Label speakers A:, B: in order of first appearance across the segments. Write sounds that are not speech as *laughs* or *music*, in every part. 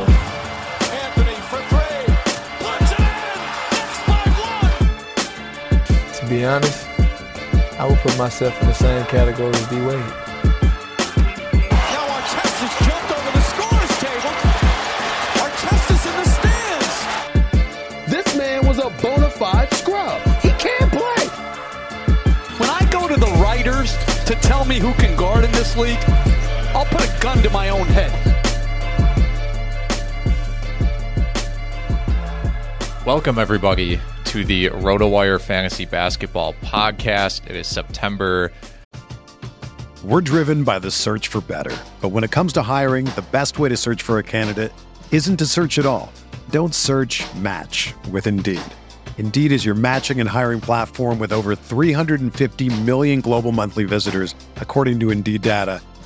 A: Anthony for three. Puts it in. It's by one.
B: To be honest, I would put myself in the same category as D Wade.
A: Now Artest has jumped over the scorer's table. Artest is in the stands.
C: This man was a bona fide scrub. He can't play.
D: When I go to the writers to tell me who can guard in this league, I'll put a gun to my own head.
E: Welcome, everybody, to the RotoWire Fantasy Basketball Podcast. It is September.
F: We're driven by the search for better. But when it comes to hiring, the best way to search for a candidate isn't to search at all. Don't search match with Indeed. Indeed is your matching and hiring platform with over 350 million global monthly visitors, according to Indeed data,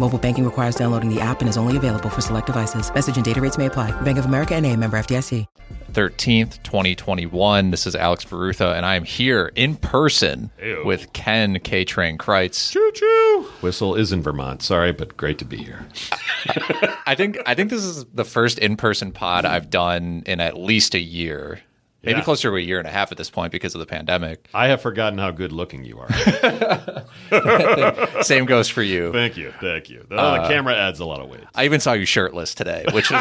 G: Mobile banking requires downloading the app and is only available for select devices. Message and data rates may apply. Bank of America and a member FDIC.
E: 13th, 2021. This is Alex Barutha, and I am here in person with Ken K. Train Kreitz.
H: Whistle is in Vermont. Sorry, but great to be here.
E: I think I think this is the first in person pod I've done in at least a year. Maybe
G: Yeah.
E: closer to a year and a half at this point because of the pandemic.
G: I have forgotten how good looking you are.
E: *laughs* Same goes for you.
G: Thank you. Thank you. The,
E: Uh,
G: the camera adds a lot of weight.
E: I even saw you shirtless today, which is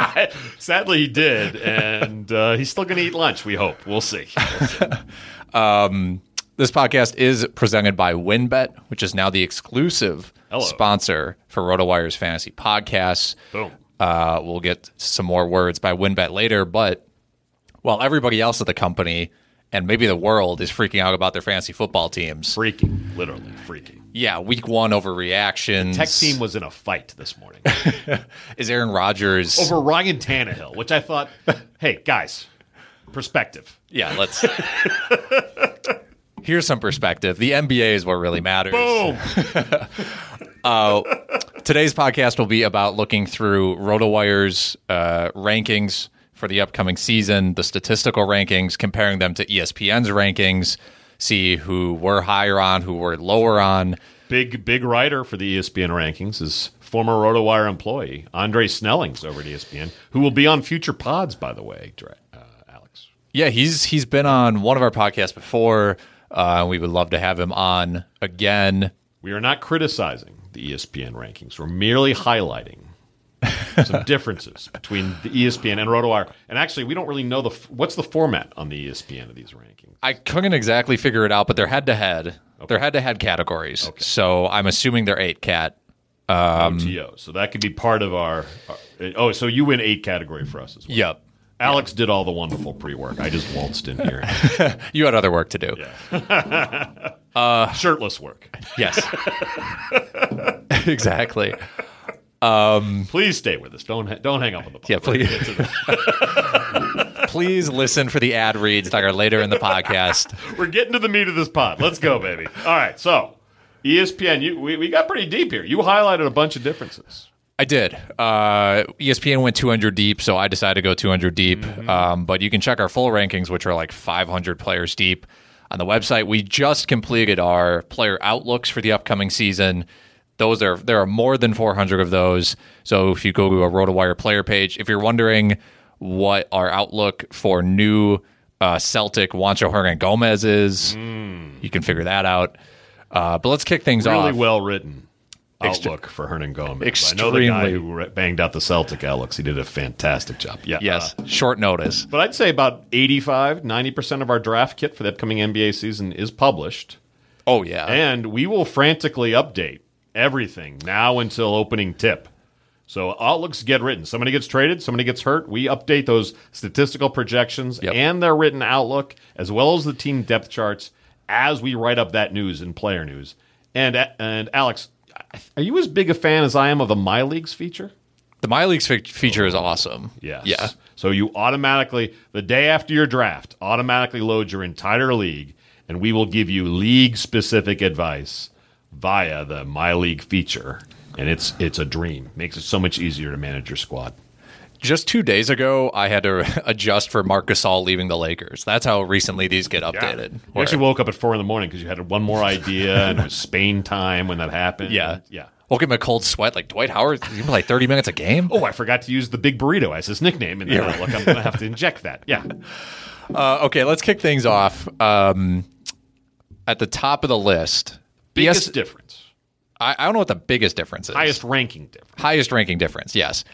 G: *laughs* Sadly, he did, and uh, he's still going to eat lunch. We hope. We'll see.
E: *laughs* um, this podcast is presented by WinBet, which is now the exclusive
G: Hello.
E: sponsor for RotoWire's fantasy podcasts.
G: Boom.
E: Uh, we'll get some more words by WinBet later, but while everybody else at the company and maybe the world is freaking out about their fantasy football teams,
G: freaking, literally freaking.
E: yeah, week one overreactions.
G: Tech team was in a fight this morning
E: *laughs* is Aaron Rodgers
G: over Ryan Tannehill, which I *laughs* thought, hey guys, perspective.
E: Yeah, let's. *laughs* Here's some perspective. The NBA is what really matters.
G: Boom.
E: Uh, today's podcast will be about looking through RotoWire's uh, rankings for the upcoming season, the statistical rankings, comparing them to E ESPN's rankings, see who we're higher on, who we're lower on.
G: Big big writer for the E ESPN rankings is former RotoWire employee Andre Snelling's over at E ESPN, who will be on future pods, by the way. Dre- Uh, Alex,
E: Yeah, he's he's been on one of our podcasts before. Uh, we would love to have him on again.
G: we are not criticizing the ESPN rankings; we're merely highlighting some differences between the ESPN and RotoWire. And actually, we don't really know the f- what's the format on the ESPN of these rankings.
E: I couldn't exactly figure it out, but they're head to head. They're head to head categories. So I'm assuming they're eight cat. Um,
G: OTO. So that could be part of our. our- oh, so you win eight category for us as well.
E: Yep.
G: Alex did all the wonderful pre work. I just waltzed in *laughs* here.
E: You had other work to do. Uh,
G: Shirtless work.
E: Yes. *laughs* exactly. Um,
G: please stay with us. Don't ha- don't hang up on the
E: Yeah, please. *laughs* please listen for the ad reads that are later in the podcast.
G: We're getting to the meat of this pod. Let's go, baby. All right. So E ESPN, you, we, we got pretty deep here. You highlighted a bunch of differences.
E: I did. Uh, ESPN went 200 deep, so I decided to go 200 deep. Um, but you can check our full rankings, which are like 500 players deep on the website. We just completed our player outlooks for the upcoming season. Those are there are more than 400 of those. So if you go to a RotoWire player page, if you're wondering what our outlook for new uh, Celtic Juancho Hernan Gomez is, you can figure that out. Uh, but let's kick things
G: really
E: off.
G: well written
E: Ext-
G: outlook for Hernan Gomez. I know the guy
E: Extremely.
G: who re- banged out the Celtic, Alex. He did a fantastic job. Yeah. uh,
E: Yes, short notice.
G: But I'd say about 85, 90% of our draft kit for the upcoming NBA season is published.
E: Oh, yeah.
G: And we will frantically update everything now until opening tip. So outlooks get written. Somebody gets traded, somebody gets hurt. We update those statistical projections and their written outlook, as well as the team depth charts, as we write up that news in player news. And and Alex, are you as big a fan as I am of the My Leagues feature?
E: The My Leagues fe- feature is awesome.
G: Yes.
E: Yeah.
G: So you automatically, the day after your draft, automatically load your entire league, and we will give you league specific advice via the My League feature. And it's it's a dream. Makes it so much easier to manage your squad.
E: Just two days ago, I had to *laughs* adjust for Marc Gasol leaving the Lakers. That's how recently these get updated.
G: You actually woke up at four in the morning because you had one more idea, and it was Spain time when that happened.
E: yeah.
G: yeah.
E: Woke up in a cold sweat like Dwight Howard. You play 30 minutes a game?
G: Oh, I forgot to use the big burrito as his nickname, and
E: Yeah,
G: yeah,
E: right.
G: I'm going to have to inject that.
E: *laughs*
G: Yeah,
E: Uh, okay, let's kick things off. Um, at the top of the list,
G: biggest
E: BS
G: difference,
E: I, I don't know what the biggest difference is.
G: highest ranking difference.
E: Highest ranking difference, yes.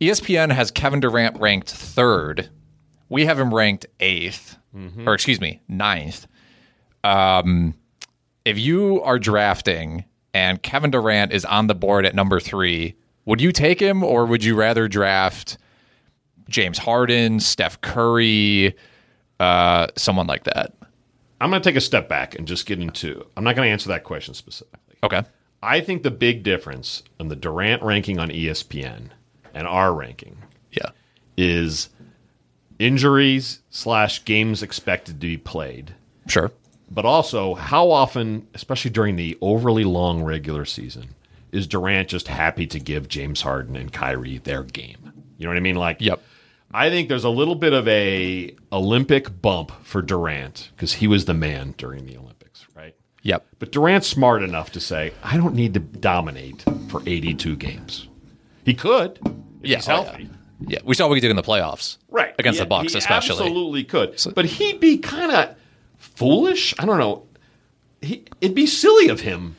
E: E ESPN has Kevin Durant ranked third. We have him ranked 8th
G: Mm-hmm.
E: or excuse me, ninth. Um, if you are drafting and Kevin Durant is on the board at number three, would you take him or would you rather draft James Harden, Steph Curry, uh, someone like that?
G: I'm going to take a step back and just get into. I'm not going to answer that question specifically.
E: Okay.
G: I think the big difference in the Durant ranking on E ESPN and our ranking
E: Yeah.
G: is injuries slash games expected to be played,
E: Sure.
G: but also how often, especially during the overly long regular season, is Durant just happy to give James Harden and Kyrie their game? You know what I mean? Like,
E: Yep.
G: I think there's a little bit of a Olympic bump for Durant because he was the man during the Olympics, right?
E: Yep.
G: But Durant's smart enough to say, I don't need to dominate for 82 games. He could if
E: Yeah,
G: he's
E: oh,
G: healthy,
E: Yeah, we saw what he did in the playoffs,
G: Right.
E: Against
G: He-
E: the Bucks,
G: he
E: especially.
G: Absolutely could. but he'd be kind of foolish. I don't know. He, it'd be silly of him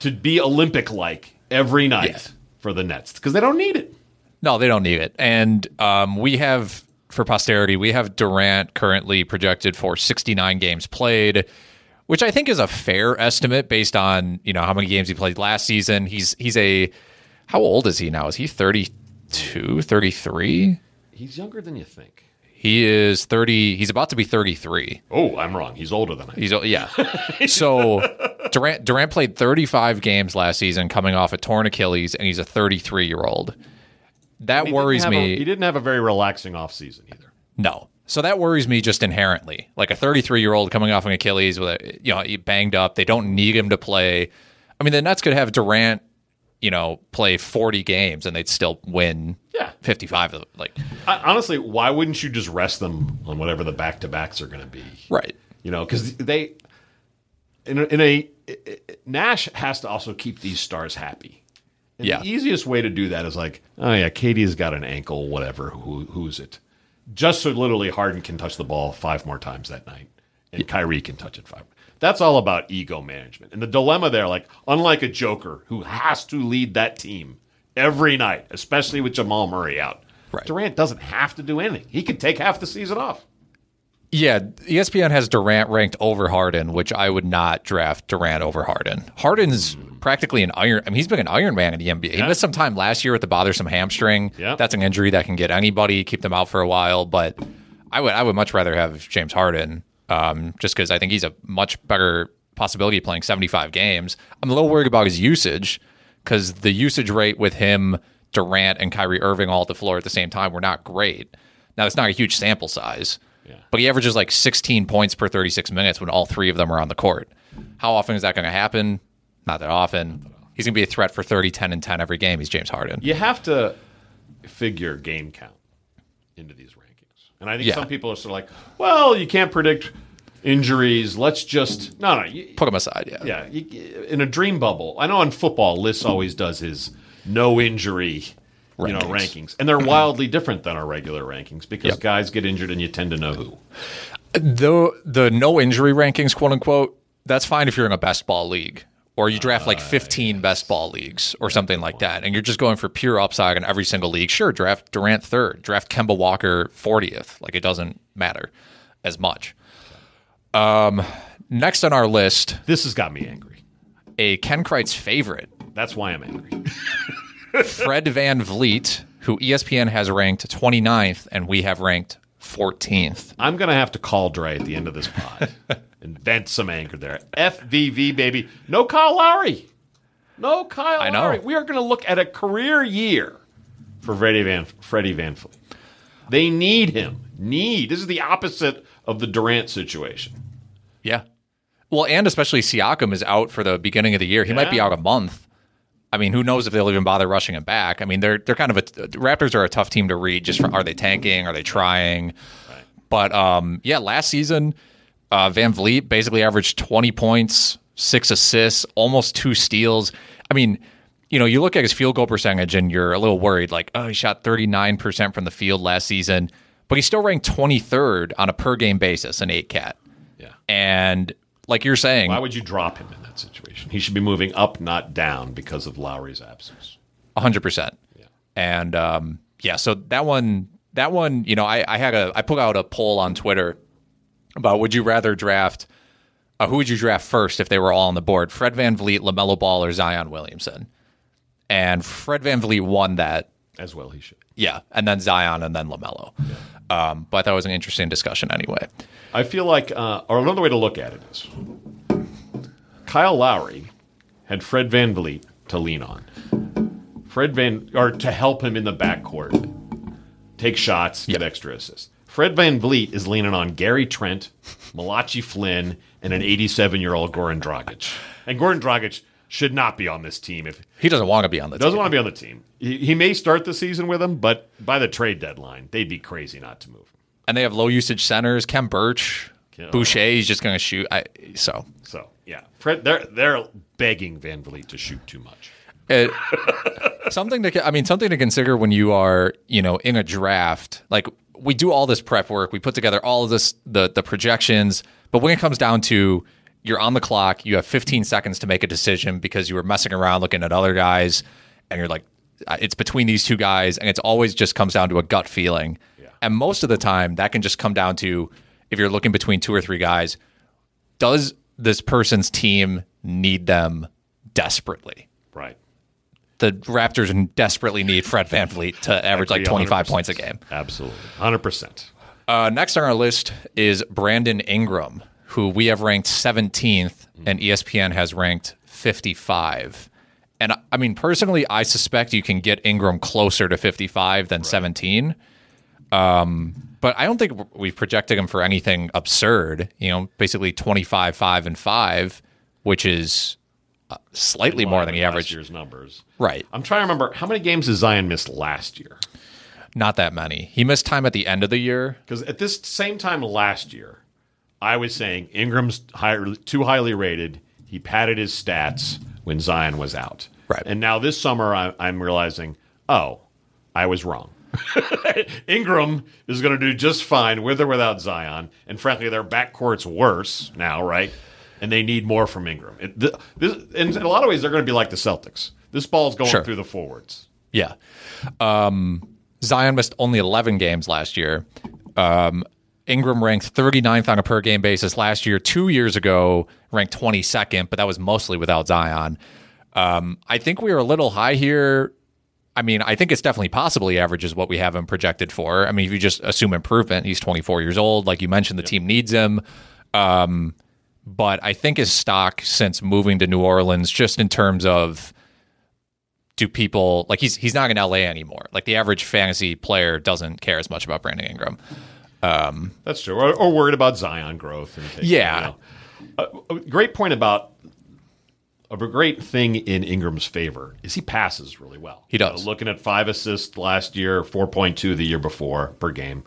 G: to be Olympic like every night for the Nets because they don't need it.
E: No, they don't need it. And um, we have, for posterity, we have Durant currently projected for 69 games played, which I think is a fair estimate based on you know how many games he played last season. He's he's a how old is he now? Is he 32, 33?
G: He's younger than you think.
E: He is 30. He's about to be 33.
G: Oh, I'm wrong. He's older than I.
E: He's
G: *laughs*
E: oh, yeah. so Durant Durant played 35 games last season, coming off a torn Achilles, and he's a 33 year old. That
G: He didn't
E: worries
G: have a-
E: me.
G: he didn't have a very relaxing offseason either.
E: No. So that worries me just inherently. Like a 33 year old coming off an Achilles with a, you know, he banged up. They don't need him to play. I mean, the Nets could have Durant, you know, play 40 games and they'd still win
G: Yeah.
E: 55 of them. Like,
G: I, honestly, why wouldn't you just rest them on whatever the back to backs are going to be?
E: right.
G: You know, because they in a, in a Nash has to also keep these stars happy. And
E: Yeah.
G: The easiest way to do that is like, oh yeah, Katie's got an ankle, whatever. Who who's it? Just so literally Harden can touch the ball five more times that night, and Kyrie can touch it five. That's all about ego management. And the dilemma there, like unlike a Joker who has to lead that team every night, especially with Jamal Murray out,
E: Right.
G: Durant doesn't have to do anything. He could take half the season off.
E: Yeah. E ESPN has Durant ranked over Harden, which I would not draft Durant over Harden. Harden's
G: Hmm.
E: practically an iron. I mean, he's been an iron man in the NBA. He missed some time last year with the bothersome hamstring.
G: Yeah.
E: That's an injury that can get anybody, keep them out for a while. But I would, I would much rather have James Harden, um, just because I think he's a much better possibility of playing 75 games. I'm a little worried about his usage because the usage rate with him, Durant, and Kyrie Irving all at the floor at the same time were not great. Now, that's not a huge sample size, but he averages like 16 points per 36 minutes when all three of them are on the court. How often is that going to happen? Not that often. He's going to be a threat for 30, 10, and 10 every game. He's James Harden.
G: you have to figure game count into these rankings. And I think
E: Yeah.
G: some people are sort of like, well, you can't predict injuries. Let's just no, no. You,
E: Put him aside. Yeah.
G: yeah, you, in a dream bubble. I know in football, Liss always does his no injury, you know,
E: Rankings.
G: rankings, and they're wildly different than our regular rankings because guys get injured and you tend to know who.
E: the the no injury rankings, quote unquote, that's fine if you're in a best ball league or you draft like 15 best ball leagues or something like that, and you're just going for pure upside in every single league. Sure, draft Durant third, draft Kemba Walker 40th. Like it doesn't matter as much. Um, next on our list,
G: This has got me angry.
E: a Ken Kreitz favorite,
G: That's why I'm angry.
E: Fred Van Vliet, who E ESPN has ranked 29th and we have ranked 14th.
G: I'm gonna have to call Dre at the end of this pod
E: *laughs*
G: and vent some anger there. FVV baby, no Kyle Lowry, no Kyle
E: I know.
G: Lowry. We are gonna look at a career year for Freddie Van Freddie Van Fleet. They need him. Need this is the opposite of the Durant situation.
E: Yeah. Well, and especially Siakam is out for the beginning of the year. He might be
G: Yeah.
E: out a month. I mean, who knows if they'll even bother rushing him back? I mean, they're they're kind of a the Raptors are a tough team to read. Just for, are they tanking? Are they trying? But um, yeah, last season, uh, Van Vliet basically averaged twenty points, six assists, almost two steals. I mean, you know, you look at his field goal percentage and you're a little worried, like, oh, he shot thirty nine percent from the field last season, but he still ranked twenty third on a per game basis in eight cat.
G: Yeah.
E: And like you're saying,
G: Why would you drop him in that situation? He should be moving up, not down, because of Lowry's absence.
E: 100%. And um, yeah, so that one, that one, you know, I, I had a, I put out a poll on Twitter about would you rather draft, uh, who would you draft first if they were all on the board? Fred Van Vliet, LaMelo Ball, or Zion Williamson? And Fred Van Vliet won that.
G: As well, he should.
E: Yeah. And then Zion and then LaMelo. Um, but that was an interesting discussion anyway.
G: I feel like, uh, or another way to look at it is, Kyle Lowry had Fred Van Vliet to lean on, Fred Van, or to help him in the backcourt, take shots, get extra assists. Fred Van Vliet is leaning on Gary Trent, Malachi Flynn, and an 87 year old Goran Dragic. And Goran Dragic should not be on this team if
E: He doesn't want to be on the
G: doesn't
E: team.
G: want to be on the team. He, he may start the season with him, but by the trade deadline, they'd be crazy not to move him.
E: and they have low usage centers, Ken Birch,
G: Ken-
E: Boucher, he's just going to shoot. I, so
G: So yeah, Fred, they're they're begging Van Vliet to shoot too much.
E: It, Uh, something to, I mean, something to consider when you are, you know, in a draft. Like we do all this prep work, we put together all of this, the the projections, but when it comes down to you're on the clock, you have 15 seconds to make a decision because you were messing around looking at other guys, and you're like, uh, it's between these two guys, and it's always just comes down to a gut feeling. And most of the time, that can just come down to if you're looking between two or three guys, does this person's team need them desperately?
G: Right.
E: The Raptors desperately need Fred Van Vliet to average like
G: Agree
E: 25
G: 100%.
E: points a game.
G: Absolutely. 100%.
E: Uh, next on our list is Brandon Ingram, who we have ranked 17th and E ESPN has ranked 55. And I- I mean, personally, I suspect you can get Ingram closer to 55 than 17. Um, but I don't think w- we've projected him for anything absurd. You know, basically 25, 5, and 5, which is uh, slightly more than the
G: Last
E: average.
G: year's numbers.
E: Right.
G: I'm trying to remember how many games did Zion miss last year?
E: Not that many. He missed time at the end of the year.
G: Because at this same time last year, I was saying Ingram's higher, too highly rated. He padded his stats when Zion was out.
E: Right.
G: And now this summer, I, I'm realizing, oh, I was wrong. *laughs* Ingram is going to do just fine with or without Zion. And frankly, their backcourt's worse now, right? And they need more from Ingram. It, th- this, and in a lot of ways, they're going to be like the Celtics. This ball's going
E: Sure.
G: through the forwards.
E: Yeah. Um, Zion missed only 11 games last year. Um, Ingram ranked 39th on a per game basis last year. Two years ago, ranked 22nd, but that was mostly without Zion. Um, I think we are a little high here. I mean, I think it's definitely possible he averages what we have him projected for. I mean, if you just assume improvement, he's 24 years old. Like you mentioned, the team needs him. Um, but I think his stock since moving to New Orleans, just in terms of do people like he's he's not in LA anymore. Like the average fantasy player doesn't care as much about Brandon Ingram.
G: That's true. Or, or worried about Zion growth. And things,
E: Yeah.
G: you know. Uh, A- a great point about a great thing in Ingram's favor is he passes really well.
E: He does.
G: You know, looking at five assists last year, four point two the year before per game,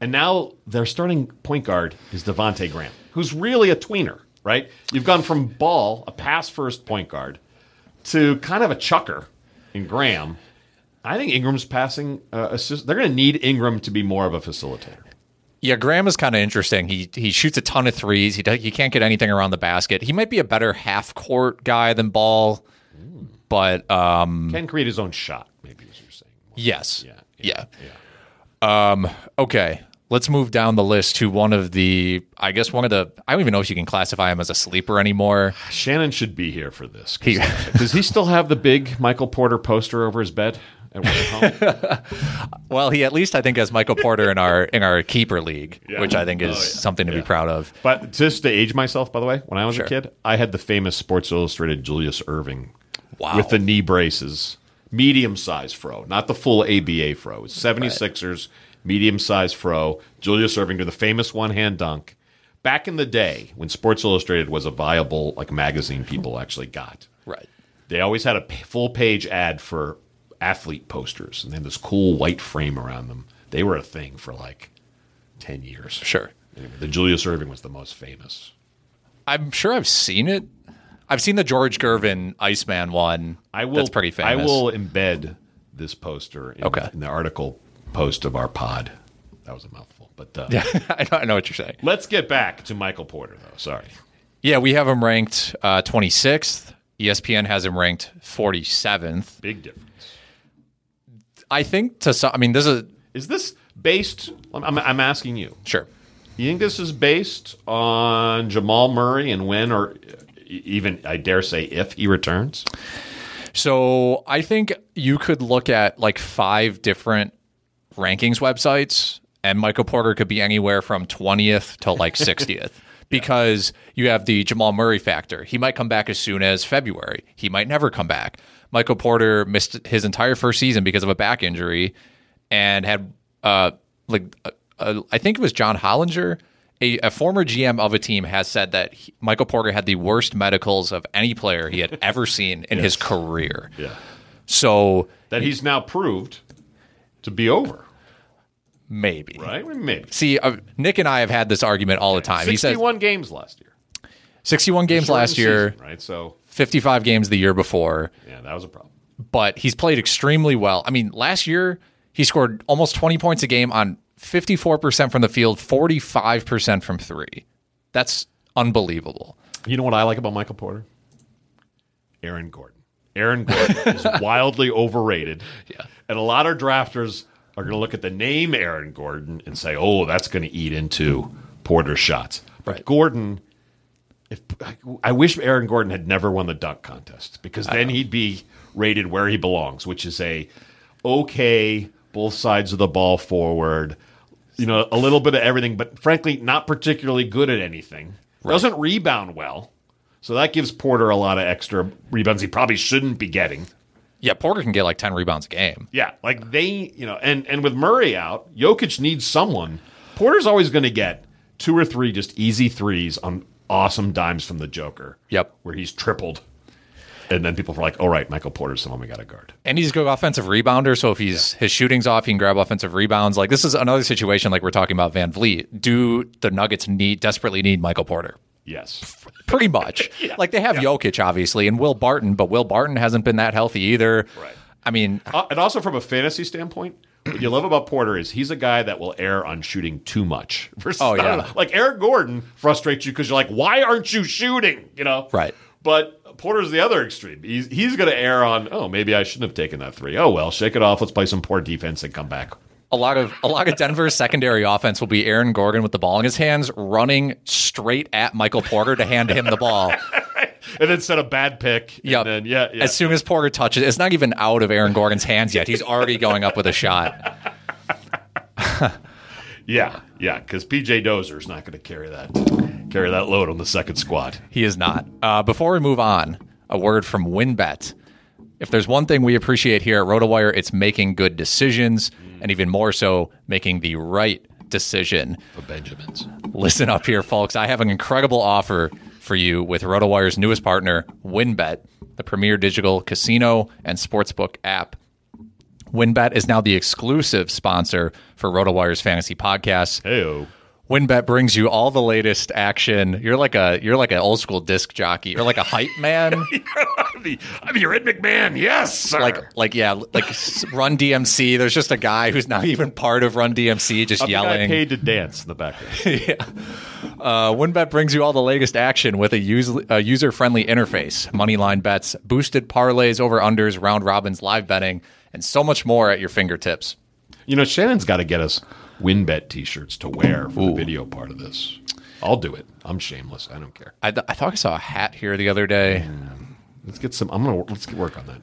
G: and now their starting point guard is Devonte Graham, who's really a tweener. Right? You've gone from ball, a pass first point guard, to kind of a chucker in Graham. I think Ingram's passing uh, assist. They're going to need Ingram to be more of a facilitator.
E: Yeah, Graham is kind of interesting. He he shoots a ton of threes. He does, he can't get anything around the basket. He might be a better half court guy than Ball, but um,
G: can create his own shot. Maybe as you're saying.
E: yes, yeah, yeah. Um,
G: Yeah.
E: Okay, let's move down the list to one of the I guess one of the I don't even know if you can classify him as a sleeper anymore.
G: Shannon should be here for this. Cause, *laughs* does he still have the big Michael Porter poster over his bed at work *laughs* at home?
E: Well, he at least I think has Michael Porter in our in our keeper league,
G: Yeah.
E: which I think is
G: Oh, yeah.
E: something to
G: Yeah.
E: be proud of.
G: but just to age myself, by the way, when I was
E: Sure.
G: a kid, I had the famous Sports Illustrated Julius Irving
E: Wow.
G: with the knee braces, medium size fro, not the full ABA fro. It's 76ers, medium size fro. Julius Irving did the famous one hand dunk. Back in the day when Sports Illustrated was a viable like magazine people actually got.
E: Right.
G: they always had a full page ad for athlete posters and then this cool white frame around them. They were a thing for like 10 years.
E: Sure.
G: Anyway, the Julius Irving was the most famous.
E: I'm sure I've seen it. I've seen the George Gervin Iceman one.
G: I will
E: That's pretty famous.
G: I will embed this poster in,
E: Okay.
G: in the article post of our pod. That was a mouthful, but uh,
E: Yeah, *laughs* I know, I know what you're saying.
G: let's get back to Michael Porter though. Sorry.
E: Yeah, we have him ranked uh, E 26th. ESPN has him ranked 47th.
G: Big difference.
E: I think to some. I mean, this is
G: Is this based I'm, I'm- I'm asking you.
E: sure.
G: You think this is based on Jamal Murray and when, or even I dare say, if he returns?
E: So I think you could look at like five different rankings websites, and Michael Porter could be anywhere from 20th to like 60th because you have the Jamal Murray factor. He might come back as soon as February, he might never come back. Michael Porter missed his entire first season because of a back injury and had, uh, like, uh, uh, I think it was John Hollinger. A, a former GM of a team has said that he, Michael Porter had the worst medicals of any player he had ever seen in his career.
G: Yeah.
E: So
G: That he's now proved to be over,
E: maybe.
G: right? Maybe.
E: See, uh, Nick and I have had this argument all the time. He says,
G: 61 games last year.
E: 61 games
G: Shortened
E: last year,
G: season, right? So
E: 55 games the year before,
G: yeah, that was a problem.
E: but he's played extremely well. I mean, last year he scored almost 20 points a game on 54% from the field, 45% from three. That's unbelievable.
G: You know what I like about Michael Porter? Aaron Gordon. Aaron
E: *laughs*
G: Gordon is wildly overrated. Yeah. And a lot of drafters are going to look at the name Aaron Gordon and say, oh, that's going to eat into Porter's shots. But
E: Right.
G: Gordon, if, I wish Aaron Gordon had never won the dunk contest because then he'd be rated where he belongs, which is a okay, both sides of the ball forward, you know, a little bit of everything, but frankly, not particularly good at anything. Doesn't rebound well. So that gives Porter a lot of extra rebounds he probably shouldn't be getting.
E: Yeah, Porter can get like 10 rebounds a game.
G: Yeah, like they, you know, and and with Murray out, Jokic needs someone. Porter's always going to get two or three just easy threes on awesome dimes from the Joker.
E: Yep.
G: where he's tripled, and then people are like, "All right, Michael Porter's someone we got to guard."
E: and he's a good offensive rebounder. So if he's his shooting's off, he can grab offensive rebounds. Like this is another situation like we're talking about Van Vliet. Do the Nuggets need desperately need Michael Porter?
G: Yes, *laughs*
E: Pretty much. Like they have Jokic obviously and Will Barton, but Will Barton hasn't been that healthy either.
G: Right.
E: I mean,
G: Uh, and also from a fantasy standpoint. What you love about Porter is he's a guy that will err on shooting too much. *laughs* Versus,
E: Oh,
G: I don't
E: yeah.
G: know, like Eric Gordon frustrates you because you're like, why aren't you shooting? You know,
E: Right.
G: But Porter's the other extreme. He's he's going to err on. Oh, maybe I shouldn't have taken that three. Oh well, shake it off. Let's play some poor defense and come back.
E: a lot of a lot of Denver's secondary offense will be Aaron Gordon with the ball in his hands, running straight at Michael Porter to hand him the ball.
G: *laughs* And then set a bad pick. and
E: Yep.
G: then- yeah. Yeah.
E: As soon as Porter touches, it's not even out of Aaron Gordon's hands yet. He's already going up with a shot.
G: yeah. Yeah. Because PJ Dozer's not going to carry that carry that load on the second squad.
E: He is not. Uh, before we move on, a word from WinBet. If there's one thing we appreciate here at RotoWire, it's making good decisions, and even more so, making the right decision.
G: The Benjamins.
E: Listen up here, folks. I have an incredible offer for you with RotoWire's newest partner, WinBet, the premier digital casino and sportsbook app. WinBet is now the exclusive sponsor for RotoWire's fantasy podcast.
G: Heyo.
E: WinBet brings you all the latest action. You're like a you're like an old school disc jockey. You're like a hype man.
G: I'm the I'm the Red McMahon. Yes, sir.
E: like like yeah, like s- Run DMC. There's just a guy who's not even part of Run DMC, just
G: I'm the guy
E: yelling.
G: paid to dance in the background.
E: Uh, WinBet brings you all the latest action with a, use, a user-friendly interface, moneyline bets, boosted parlays, over/unders, round robins, live betting, and so much more at your fingertips.
G: you know, Shannon's got to get us WinBet T-shirts to wear for the video part of this. I'll do it. I'm shameless. I don't care.
E: I, th- I thought I saw a hat here the other day.
G: Let's get some. I'm gonna let's get work on that.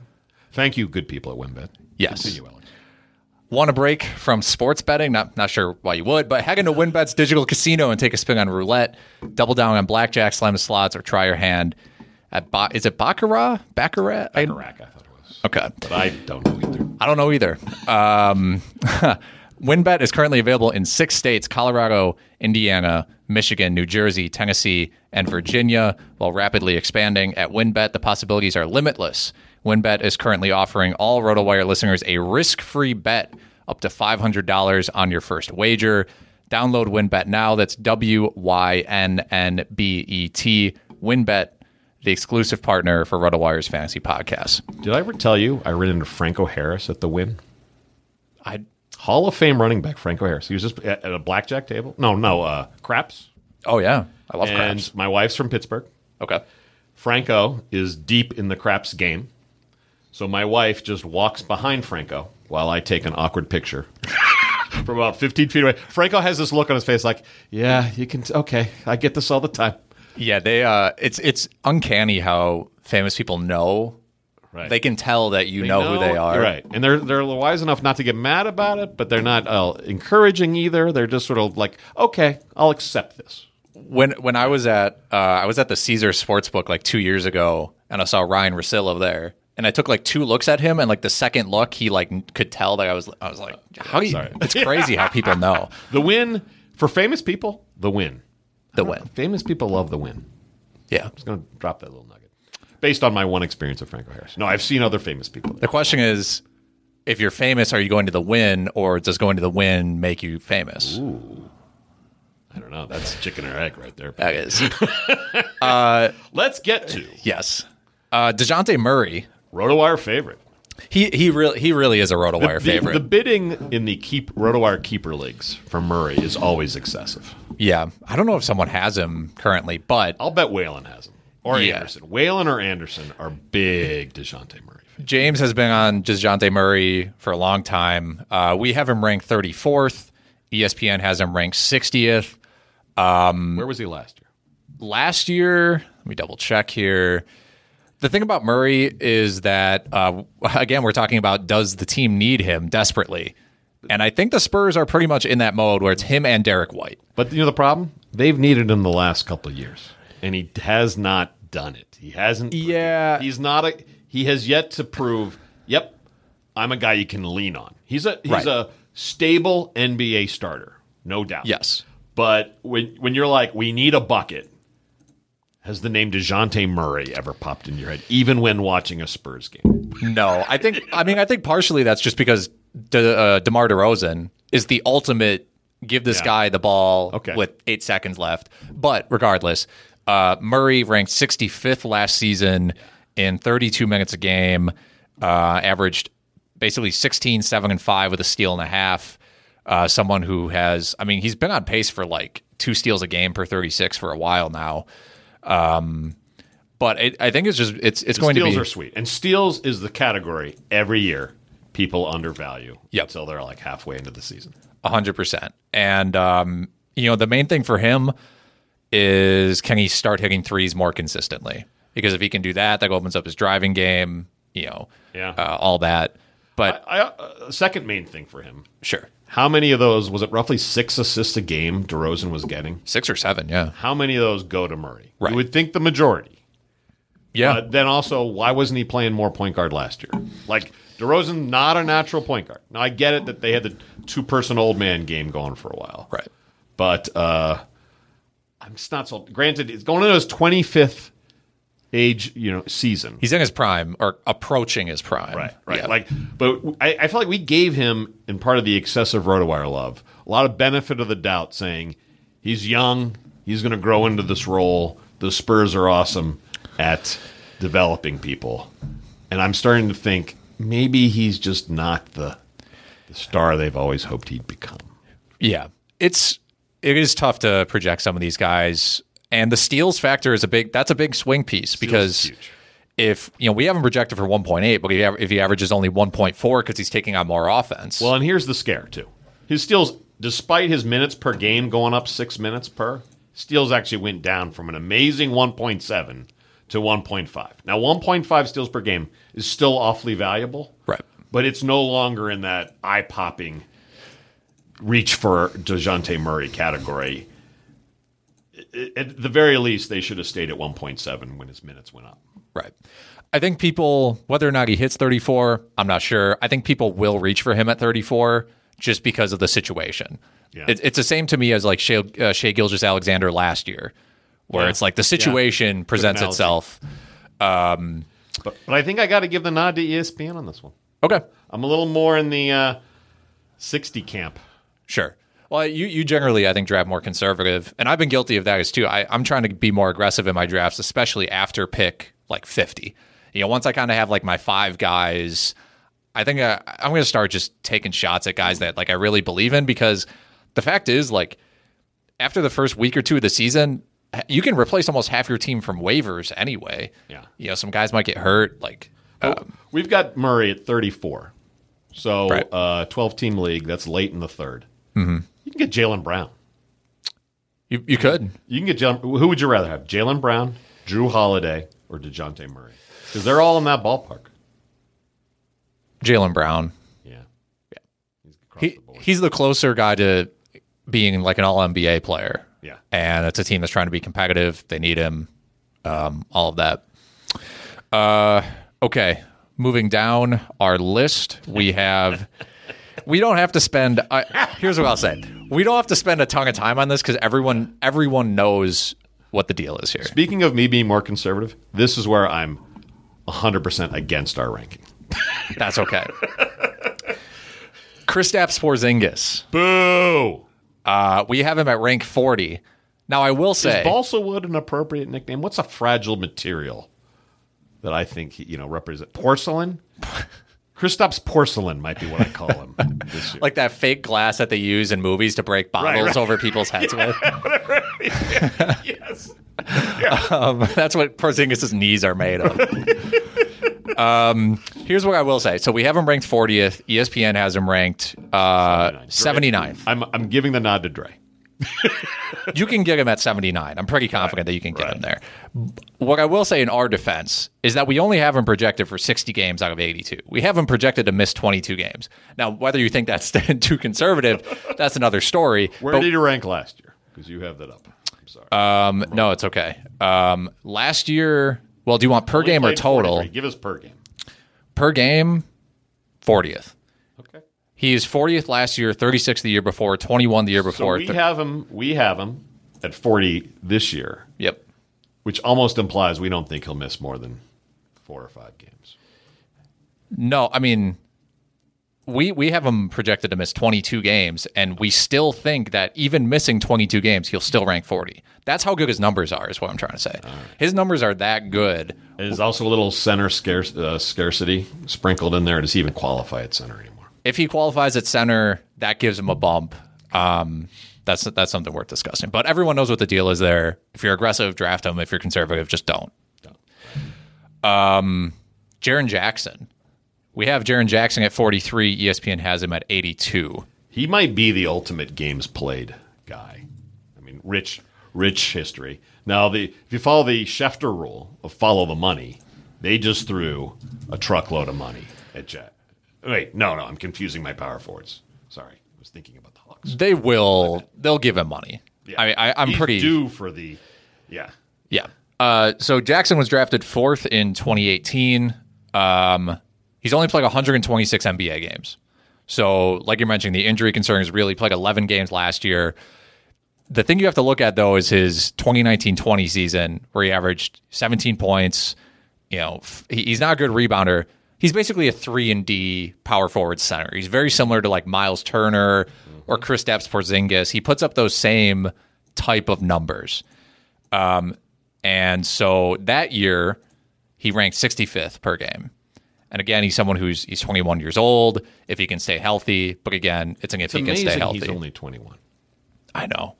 G: Thank you, good people at WinBet.
E: Yes.
G: Continue, Alex.
E: Want a break from sports betting? Not not sure why you would, but head into WinBet's digital casino and take a spin on roulette, double down on blackjack, slam the slots, or try your hand at ba- is it baccarat? Baccarat? I-
G: Iraq, I thought it was.
E: okay,
G: But I don't know either.
E: I don't know either. Um, *laughs* WinBet is currently available in six states: Colorado, Indiana, Michigan, New Jersey, Tennessee, and Virginia. While rapidly expanding at WinBet, the possibilities are limitless. WinBet is currently offering all RotoWire listeners a risk-free bet up to $500 on your first wager. Download WinBet now. That's W Y N N B E T. WinBet, the exclusive partner for RotoWire's fantasy podcast.
G: Did I ever tell you I ran into Franco Harris at the Win?
E: I
G: Hall of Fame running back Franco Harris. He was just at, at a blackjack table. No, no, uh, craps.
E: oh yeah, I love
G: and
E: craps.
G: my wife's from Pittsburgh.
E: Okay.
G: Franco is deep in the craps game. So my wife just walks behind Franco while I take an awkward
E: *laughs*
G: picture from about 15 feet away. Franco has this look on his face like, yeah, you can, t- okay, I get this all the time.
E: Yeah, they uh it's it's uncanny how famous people know.
G: Right.
E: They can tell that you know, who they are.
G: Right. And they're, they're wise enough not to get mad about it, but they're not uh, encouraging either. They're just sort of like, okay, I'll accept this.
E: When when I was at uh I was at the Caesar Sportsbook like 2 years ago and I saw Ryan Rosillo there and I took like two looks at him and like the second look he like n- could tell that I was I was like how do you
G: Uh, sorry.
E: *laughs* It's crazy how people know
G: The win, for famous people, the win.
E: the win.
G: Famous people love the win.
E: Yeah.
G: just going to drop that little nugget based on my one experience of Franco Harris. No, I've seen other famous people.
E: The question is if you're famous are you going to the win or does going to the win make you famous?
G: I don't know. That's chicken or egg right there.
E: That is. *laughs* uh,
G: Let's get to
E: yes. Uh, Dejounte Murray.
G: RotoWire favorite.
E: He he really he really is a RotoWire
G: the,
E: favorite.
G: The bidding in the keep RotoWire keeper leagues for Murray is always excessive.
E: yeah, I don't know if someone has him currently, but
G: I'll bet Whalen has him or
E: Yeah.
G: Anderson. Whalen or Anderson are big Dejounte Murray. fans.
E: James has been on Dejounte Murray for a long time. Uh, we have him ranked E 34th. ESPN has him ranked 60th. Mm.
G: Where was he last year?
E: last year. Let me double check here. The thing about Murray is that uh, *laughs* again, we're talking about does the team need him desperately? And I think the Spurs are pretty much in that mode where it's him and Derek White.
G: But you know the problem? They've needed him the last couple of years, and he has not done it. He hasn't. proven-
E: Yeah.
G: he's not a. He has yet to prove. Yep, I'm a guy you can lean on. He's a he's
E: Right.
G: a stable NBA starter, no doubt.
E: Yes.
G: but when when you're like, we need a bucket. Has the name Dejounte Murray ever popped in your head, even when watching a Spurs game?
E: No, I think I mean I think partially that's just because De, uh, Demar Derozan is the ultimate give this
G: Yeah.
E: guy the ball
G: Okay.
E: with eight seconds left. But regardless, uh, Murray ranked 65th last season in 32 minutes a game, uh, averaged basically 16, seven and five with a steal and a half. Uh, someone who has, I mean, he's been on pace for like two steals a game per 36 for a while now. Um, but it, I think it's just it's it's
G: The
E: going to
G: steals
E: be
G: are sweet, and steals is the category every year people undervalue
E: Yep.
G: until they're like halfway into the season.
E: A hundred percent. And um, you know, the main thing for him is can he start hitting threes more consistently? Because if he can do that, that opens up his driving game. You know,
G: Yeah.
E: uh, all that. But
G: I, uh, second main thing for him.
E: sure,
G: How many of those was it? Roughly six assists a game DeRozan was getting.
E: six or seven, yeah,
G: How many of those go to Murray?
E: Right.
G: You would think the majority.
E: yeah,
G: But then also, why wasn't he playing more point guard last year? Like DeRozan, not a natural point guard. Now I get it that they had the two person old man game going for a while,
E: right.
G: But uh, I'm just not so. Granted, it's going into his 25th age, you know, season.
E: He's in his prime or approaching his prime,
G: Right, right.
E: Yeah.
G: Like, but I, I feel like we gave him, in part of the excessive RotoWire love, a lot of benefit of the doubt, saying he's young, he's going to grow into this role. The Spurs are awesome at developing people, and I'm starting to think maybe he's just not the, the star they've always hoped he'd become.
E: Yeah, it's it is tough to project some of these guys, and the steals factor is a big. That's a big swing piece
G: is
E: because
G: huge.
E: if you know we haven't projected for 1.8, but if he aver- if he averages only 1.4 because he's taking on more offense.
G: Well, and here's the scare too: his steals, despite his minutes per game going up six minutes per, steals actually went down from an amazing 1.7 to 1.5. Now, 1.5 steals per game is still awfully valuable,
E: right.
G: but it's no longer in that eye-popping reach for Dejounte Murray category. At- At the very least, they should have stayed at 1.7 when his minutes went up.
E: Right. I think people, whether or not he hits 34, I'm not sure. I think people will reach for him at 34 just because of the situation.
G: Yeah.
E: It, it's the same to me as like Shea, uh, Shea Gilgis Alexander last year, where
G: Yeah.
E: it's like the situation presents
G: analogy.
E: itself.
G: But, but I think I got to give the nod to E ESPN on this one.
E: Okay.
G: I'm a little more in the uh, 60 camp.
E: Sure. Well, you, you generally, I think, draft more conservative. And I've been guilty of that as too. I, I'm trying to be more aggressive in my drafts, especially after pick like 50. You know, once I kind of have like my five guys, I think I, I'm going to start just taking shots at guys that like I really believe in because the fact is, like, after the first week or two of the season, h- you can replace almost half your team from waivers anyway.
G: Yeah.
E: You know, some guys might get hurt. Like,
G: We've got Murray at 34. So,
E: Right.
G: uh, 12 team league, that's late in the 3rd Mm-hmm. You can get Jalen Brown.
E: you, you could.
G: You can get Jalen. Who would you rather have? Jalen Brown, Drew Holiday, or DeJounte Murray? Because they're all in that ballpark.
E: Jalen Brown.
G: Yeah. He's across
E: he,
G: the board.
E: he's the closer guy to being like an all NBA player.
G: Yeah.
E: And it's a team that's trying to be competitive. They need him. Um, all of that. Uh, okay. Moving down our list,
G: *laughs*
E: we have. We don't have to spend. I here's what I'll say: We don't have to spend a ton of time on this because everyone everyone knows what the deal is here.
G: Speaking of me being more conservative, this is where I'm 100% against our ranking.
E: That's okay. Kristaps Porzingis.
G: Boo!
E: Uh, we have him at rank 40. Now, I will say.
G: Is balsa wood an appropriate nickname? What's a fragile material that I think you know represent porcelain?
E: *laughs*
G: Christoph's porcelain might be what I call him this year.
E: like that fake glass that they use in movies to break bottles
G: right.
E: over
G: *laughs*
E: people's heads with.
G: yes.
E: Um, *laughs* that's what Porzingis' knees are
G: *laughs*
E: made of. um, here's what I will say. So we have him ranked E 40th. ESPN has him ranked uh, 79th.
G: I'm I'm giving the nod to Dre.
E: you can get him at 79. I'm pretty confident that you can get him there. What I will say in our defense is that we only have him projected for 60 games out of 82. We have him projected to miss 22 games. Now, whether you think that's *laughs* too conservative, that's another story.
G: Where
E: But-
G: did he rank last year? Because you have that up. I'm sorry.
E: um, no, it's okay. Um, last year, well, do you want per game or
G: Played
E: total?
G: 43. Give us per game.
E: Per game, 40th.
G: Okay.
E: He is 40th last year, 36th the year before, 21 the year
G: So
E: before.
G: we
E: thir-
G: have him. We have him at 40 this year,
E: yep.
G: which almost implies we don't think he'll miss more than four or five games.
E: No, I mean, we we have him projected to miss 22 games, and we still think that even missing 22 games, he'll still rank 40. That's how good his numbers are, is what I'm trying to say. His numbers are that good.
G: There's also a little center scarce, uh, scarcity sprinkled in there. Does he even qualify at center anymore?
E: If he qualifies at center, that gives him a bump. Um, that's that's something worth discussing. But everyone knows what the deal is there. If you're aggressive, draft him. If you're conservative, just don't. Um, Jaron Jackson. We have Jaron Jackson at E 43. ESPN has him at 82.
G: He might be the ultimate games played guy. I mean, rich, rich history. Now, the if you follow the Schefter rule of follow the money, they just threw a truckload of money at Jet. Wait, no, no, I'm confusing my power forwards. Sorry, I was thinking about the Hawks.
E: They will. They'll give him money.
G: Yeah.
E: I mean, I, I'm
G: He's
E: pretty.
G: due for the yeah.
E: Yeah. Uh, so Jackson was drafted fourth in 2018. Um, he's only played 126 NBA games. So, like you mentioned, the injury concern is really played 11 games last year. The thing you have to look at though is his 2019-20 season, where he averaged 17 points. You know, f- he- he's not a good rebounder. He's basically a three and D power forward center. He's very similar to like Miles Turner or
G: Mm-hmm.
E: Kristaps Porzingis. He puts up those same type of numbers. Um, and so that year, he ranked 65th per game. And again, he's someone who's he's 21 years old. If he can stay healthy, but again, it's an if
G: It's
E: he can
G: amazing
E: stay healthy.
G: he's only 21.
E: I know.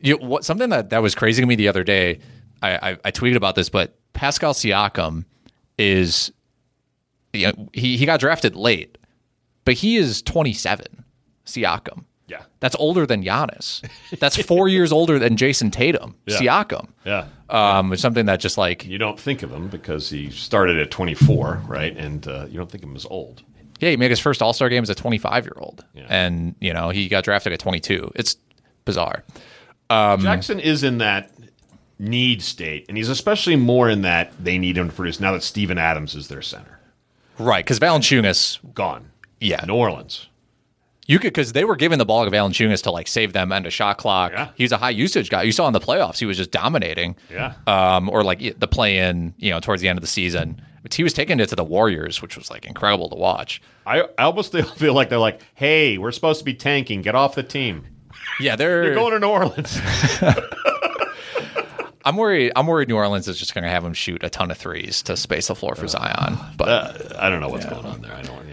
E: You, what, something that, that was crazy to me the other day, I, I, I tweeted about this, but Pascal Siakam is, you know, he, he got drafted late, but he is 27, Siakam.
G: Yeah.
E: That's older than Giannis. That's four years older than Jason Tatum,
G: Yeah.
E: Siakam.
G: Yeah.
E: Um, it's something that just like,
G: You don't think of him because he started at 24, right? And uh, you don't think of him as old.
E: yeah, he made his first All Star game as a 25 year old.
G: Yeah.
E: And, you know, he got drafted at 22. It's bizarre.
G: Jackson is in that need state, and he's especially more in that they need him to produce now that Steven Adams is their center.
E: Right. Because Valanciunas
G: Gone.
E: Yeah.
G: New Orleans.
E: You could because they were giving the ball to Valanciunas to like save them and a shot clock.
G: Yeah.
E: He was a high usage guy. You saw in the playoffs, he was just dominating.
G: Yeah.
E: Um, or like the play in, you know, towards the end of the season, but he was taking it to the Warriors, which was like incredible to watch.
G: I, I almost *laughs* feel- feel like they're like, hey, we're supposed to be tanking. Get off the team.
E: Yeah, they're.
G: You're going to New Orleans.
E: I'm worried. I'm worried New Orleans is just going to have him shoot a ton of threes to space the floor for Zion.
G: *laughs*
E: But
G: Uh, I don't know what's going on there. I don't. Yeah.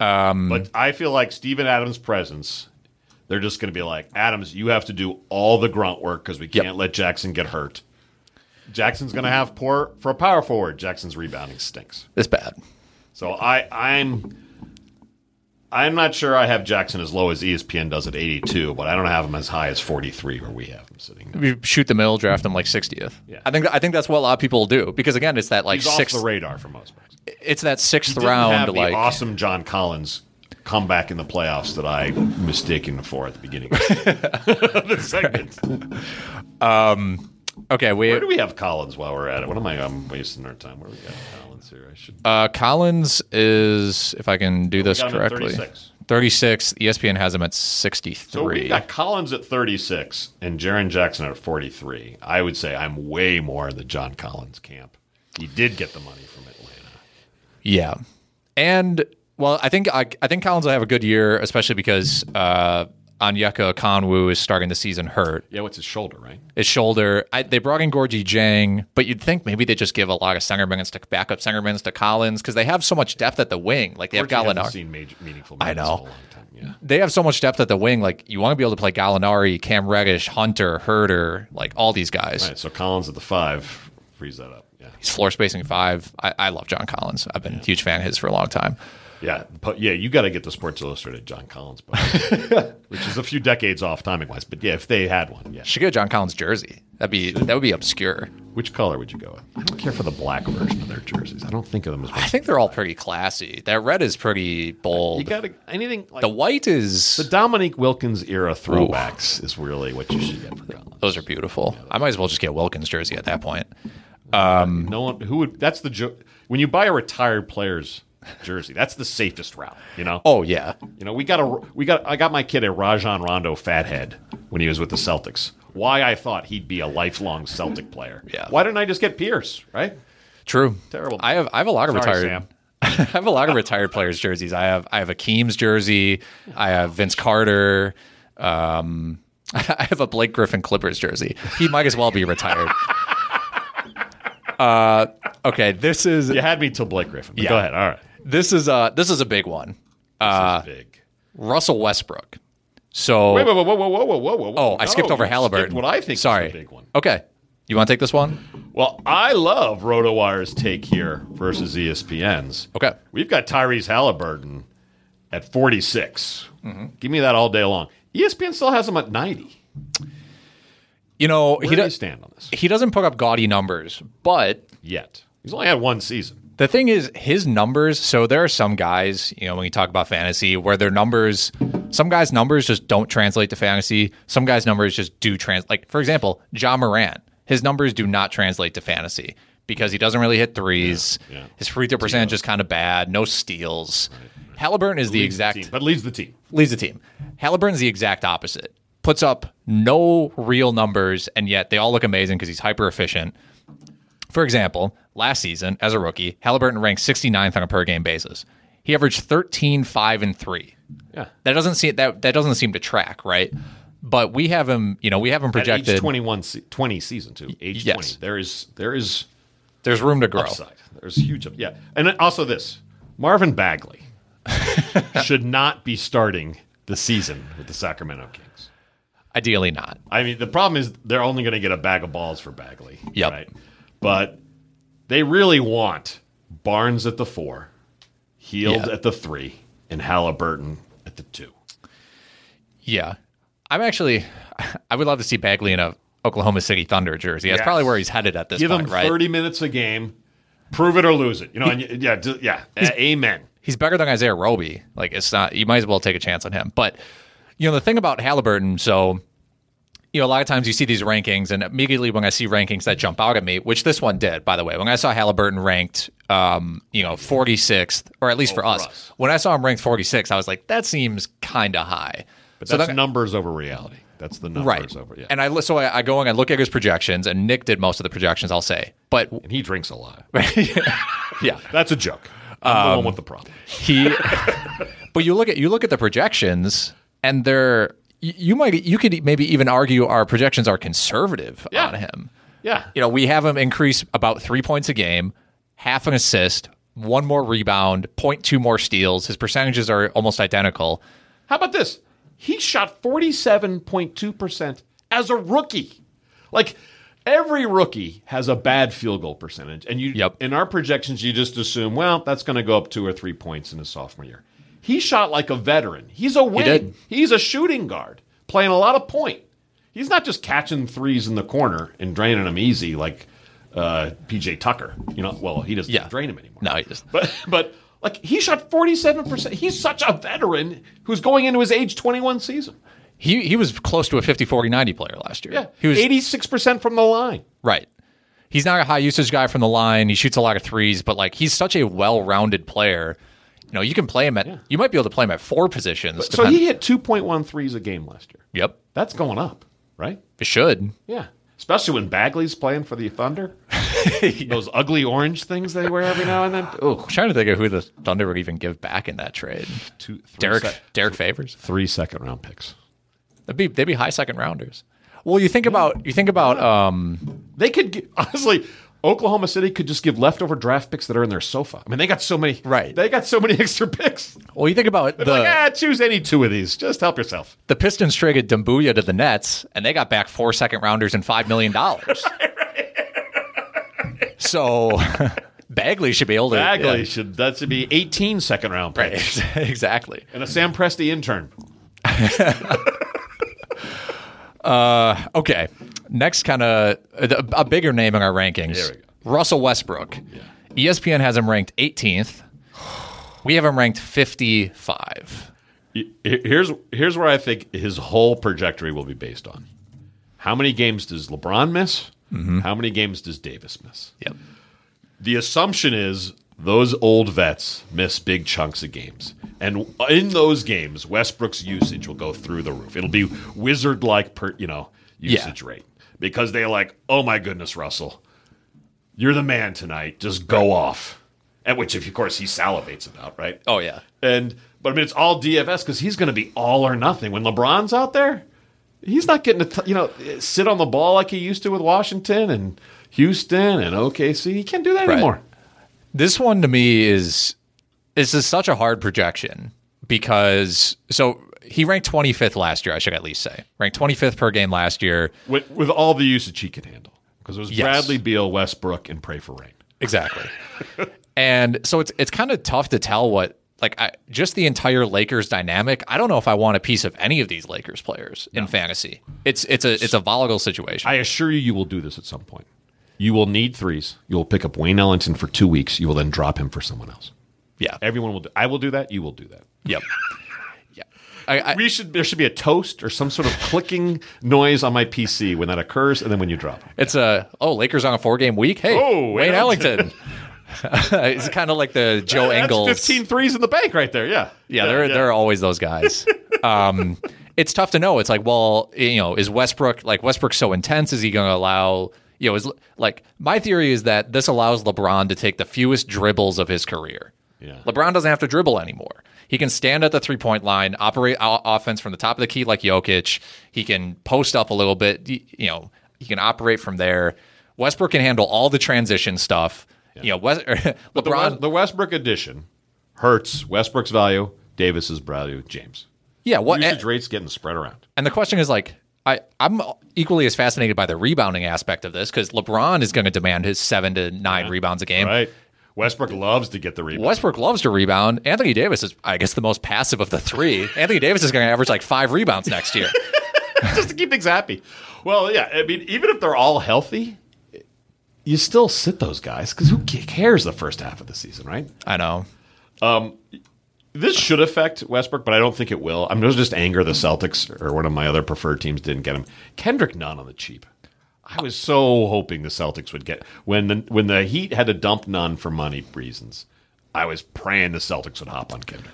G: Um, but I feel like Steven Adams' presence. They're just going to be like Adams. You have to do all the grunt work because we can't let Jackson get hurt. Jackson's going to have poor for a power forward. Jackson's rebounding stinks.
E: it's bad.
G: So I I'm I'm not sure I have Jackson as low as E ESPN does at 82, but I don't have him as high as 43 where we have him sitting.
E: We shoot the middle, draft him like 60th.
G: Yeah.
E: I think I think that's what a lot of people do because again, it's that like
G: He's off
E: sixth.
G: the radar for most folks.
E: It's that sixth
G: Didn't
E: round.
G: have the
E: like
G: awesome John Collins comeback in the playoffs that I mistaken for at the beginning of the segment.
E: okay, we
G: Where do we have Collins while we're at it? What am I? I'm wasting our time. Where do we got Collins here? I should.
E: Uh, Collins is, if I can do this
G: got him at
E: correctly, E
G: 36.
E: 36. ESPN has him at
G: So we
E: 63.
G: got Collins at 36 and Jaron Jackson at 43. I would say I'm way more in the John Collins camp. He did get the money from Atlanta.
E: yeah. And, well, I think I, I think Collins will have a good year, especially because uh, Anyeka Kanwu is starting the season hurt.
G: Yeah, what's his shoulder, right?
E: His shoulder. I, they brought in Gorgie Jang, but you'd think maybe they just give a lot of center minutes to backup center minutes to Collins because they have so much depth at the wing. Like they have
G: Unfortunately, I haven't
E: Gallinari.
G: seen major, meaningful
E: I
G: minutes in
E: know.
G: a long time. Yeah.
E: they have so much depth at the wing. Like you want to be able to play Gallinari, Cam Reddish, Hunter, Herder, like all these guys.
G: All right, so Collins at the five frees that up. Yeah.
E: He's floor spacing five. I, I love John Collins. I've been a huge fan of his for a long time.
G: Yeah, but yeah, you got to get the Sports Illustrated John Collins book, which is a few decades off timing wise. But yeah, if they had one, yeah.
E: Should get a John Collins jersey. That'd be that would be obscure.
G: Which color would you go with? I don't care for the black version of their jerseys. I don't think of them as.
E: I think they're all pretty classy. That red is pretty bold.
G: you got to anything like
E: the white is
G: the Dominique Wilkins era throwbacks is really what you should get for Collins.
E: those are beautiful. I might as well just get a Wilkins jersey at that point. Um,
G: No one who would. That's the jo- when you buy a retired player's jersey. That's the safest route. You know.
E: Oh yeah.
G: You know, we got a we got I got my kid a Rajon Rondo fathead when he was with the Celtics. Why I thought he'd be a lifelong Celtic player.
E: Yeah.
G: Why didn't I just get Pierce? Right.
E: True.
G: Terrible.
E: I have I have a lot of
G: Sorry,
E: retired.
G: Sam.
E: *laughs* I have a lot of retired players' jerseys. I have I have a Keems jersey. I have Vince Carter. Um, *laughs* I have a Blake Griffin Clippers jersey. He might as well be retired.
G: *laughs*
E: uh, okay, this is
G: You had me till Blake Griffin. but
E: Yeah.
G: Go ahead. All right.
E: this is uh this is a big one.
G: Uh, big.
E: Russell Westbrook. So
G: Wait, whoa, whoa, whoa, whoa, whoa, whoa, whoa, whoa.
E: oh, I
G: No,
E: skipped over
G: you
E: Halliburton.
G: skipped what I think
E: Sorry.
G: is the big one.
E: Okay, you want to take this one?
G: Well, I love RotoWire's take here versus E ESPN's.
E: Okay.
G: We've got Tyrese Halliburton at 46.
E: Mm-hmm.
G: Give me that all day long. E ESPN still has him at 90.
E: You know
G: Where
E: he
G: do you
E: does.
G: stand on this?
E: He doesn't put up gaudy numbers, but
G: Yet. He's only had one season.
E: The thing is, his numbers. So there are some guys, you know, when you talk about fantasy, where their numbers, some guys' numbers just don't translate to fantasy. Some guys' numbers just do trans. Like for example, John Morant, his numbers do not translate to fantasy because he doesn't really hit threes.
G: yeah.
E: His free throw percentage is kind of bad. No steals. Halliburton is the
G: Leads
E: exact
G: team, but leads the team.
E: leaves the team. Halliburton's the exact opposite. Puts up no real numbers, and yet they all look amazing because he's hyper efficient. For example, last season as a rookie, Halliburton ranked 69th on a per game basis. He averaged 13, 5, and 3.
G: Yeah.
E: That doesn't seem that that doesn't seem to track, right? But we have him, you know, we have him
G: At age
E: projected.
G: 21, se- 20 season two. Age
E: Yes.
G: 20. There is there is
E: There's room to grow.
G: upside. There's huge up. Yeah. And then also this. Marvin
E: *laughs*
G: Bagley should not be starting the season with the Sacramento Kings.
E: Ideally not.
G: I mean, the problem is they're only going to get a bag of balls for Bagley.
E: Yep.
G: But they really want Barnes at the four, Heald
E: Yeah.
G: at the three, and Halliburton at the two.
E: Yeah. I'm actually *laughs* I would love to see Bagley in a Oklahoma City Thunder jersey. That's
G: Yes.
E: probably where he's headed at this
G: Give
E: point,
G: him
E: right?
G: 30 minutes a game. Prove it or lose it. You know, and y- yeah, d- yeah. Uh, amen.
E: he's better than Isaiah Roby. Like it's not you might as well take a chance on him. But you know the thing about Halliburton, so you know a lot of times you see these rankings, and immediately when I see rankings that jump out at me, which this one did, by the way, when I saw Halliburton ranked, um, you know, forty sixth, or at least for, us,
G: Oh, us.
E: when I saw him ranked forty sixth, I was like, that seems kind of high.
G: But
E: So
G: that's
E: then-
G: numbers over reality. That's the numbers
E: right.
G: over. Yeah.
E: And I li- so I, I go and I look at his projections, and Nick did most of the projections. I'll say,
G: *laughs*
E: but
G: and he drinks a lot.
E: yeah. Um,
G: That's a joke. I'm the one with the problem.
E: he *laughs* but you look at you look at the projections and they're you- you might you could maybe even argue our projections are conservative
G: Yeah.
E: on him
G: Yeah.
E: you know we have him increase about three points a game half an assist one more rebound 0.2 more steals his percentages are almost identical
G: How about this? He shot 47.2% as a rookie. Like every rookie has a bad field goal percentage. And you
E: Yep.
G: in our projections you just assume, well, that's going to go up 2 or 3 points in his sophomore year. He shot like a veteran. He's a wing.
E: did.
G: He's a shooting guard playing a lot of point. He's not just catching threes in the corner and draining them easy like uh, PJ Tucker. You know, well, he doesn't
E: Yeah.
G: drain them anymore.
E: no he just
G: But but like he shot forty seven percent. He's such a veteran who's going into his age twenty one season.
E: he, he was close to a 50 40 90 player last year
G: Yeah,
E: he was
G: eighty six percent from the line.
E: Right. He's not a high usage guy from the line. He shoots a lot of threes, but like he's such a well-rounded player. You know, you can play him at. You might be able to play him at four positions.
G: So
E: depend-
G: he hit 2.1 threes a game last year.
E: Yep,
G: That's going up, right?
E: it should.
G: Yeah, especially when Bagley's playing for the
E: *laughs*
G: Thunder. Those ugly orange things they wear every now and then. Oh,
E: I'm trying to think of who the Thunder would even give back in that trade.
G: two, three
E: Derek
G: sec-
E: Derek Favors.
G: three second round picks.
E: They'd be they'd be high second rounders. Well, you think about you think about um,
G: They could gi- *laughs* honestly. Oklahoma City could just give leftover draft picks that are in their sofa. I mean, they got so many.
E: Right.
G: They got so many *laughs* extra picks.
E: well, you think about the
G: like, ah, choose any two of these. Just help yourself.
E: the Pistons traded Dumbuya to the Nets, and they got back four second rounders and five
G: *laughs*
E: million dollars. so *laughs* Bagley should be able to
G: Bagley
E: yeah.
G: should that should be 18 second round picks
E: *laughs* exactly.
G: and a Sam Presti intern.
E: Okay. Next, kind of a, a bigger name in our rankings.
G: There we go.
E: Russell Westbrook. E ESPN has him ranked 18th. We have him ranked 55.
G: He- Here's here's where I think his whole trajectory will be based on. How many games does LeBron miss?
E: Mm-hmm.
G: How many games does Davis miss?
E: Yep.
G: The assumption is those old vets miss big chunks of games. And in those games, Westbrook's usage will go through the roof. It'll be wizard like per you know, usage rate. Because they're like, oh my goodness, Russell, you're the man tonight. Just go off. At which of course he salivates about, right?
E: Oh, yeah.
G: And but I mean, it's all DFS because he's going to be all or nothing when LeBron's out there. He's not getting to t- you know sit on the ball like he used to with Washington and Houston and OKC. He can't do that
E: Right.
G: anymore.
E: This one to me is this is such a hard projection because so he ranked 25th last year, I should at least say. Ranked 25th per game last year.
G: With, with all the usage he can handle, because it was
E: Yes.
G: Bradley Beal, Westbrook, and Pray for Rain.
E: Exactly. *laughs* and so it's it's kind of tough to tell what like I, just the entire Lakers dynamic. I don't know if I want a piece of any of these Lakers players in fantasy. It's it's a it's a volatile situation.
G: I assure you, you will do this at some point. You will need threes. You will pick up Wayne Ellington for two weeks. You will then drop him for someone else.
E: yeah.
G: Everyone will. Do, I will do that. You will do that. *laughs*
E: Yep. yeah. I, I,
G: We should. There should be a toast or some sort of clicking noise on my PC when that occurs, and then when you drop. Him.
E: it's a oh Lakers on a four game week. Hey,
G: Oh,
E: Wayne
G: Wayne
E: Ellington. *laughs* it's kind of
G: *laughs*
E: like the Joe
G: That's
E: Engels.
G: 15 threes in the bank right there. Yeah.
E: yeah, there there are always
G: *laughs*
E: those guys. um, it's tough to know. It's like, well, you know, is Westbrook like Westbrook so intense? Is he going to allow? You know, is like my theory is that this allows LeBron to take the fewest dribbles of his career.
G: Yeah.
E: LeBron doesn't have to dribble anymore. He can stand at the three point line, operate o- offense from the top of the key like Jokic. He can post up a little bit. y- You know, he can operate from there. Westbrook can handle all the transition stuff. You know, *laughs* West,
G: But the,
E: LeBron.
G: West, the Westbrook addition hurts Westbrook's value, Davis's value, James.
E: yeah, what eh,
G: Usage rates getting spread around.
E: And the question is like, I, I'm equally as fascinated by the rebounding aspect of this because LeBron is going to demand his seven to nine rebounds a game.
G: Right. Westbrook loves to get the rebound.
E: Westbrook loves to rebound. Anthony Davis is, I guess, the most passive of the three. Anthony Davis is going to average like five rebounds next year.
G: Just to keep things happy. Well, yeah. I mean, even if they're all healthy, you still sit those guys because who ca- cares the first half of the season, right?
E: I know.
G: This should affect Westbrook, but I don't think it will. I'm mean, just anger the Celtics or one of my other preferred teams didn't get him. Kendrick Nunn on the cheap. I was so hoping the Celtics would get when the when the Heat had to dump Nunn for money reasons. I was praying the Celtics would hop on Kendrick.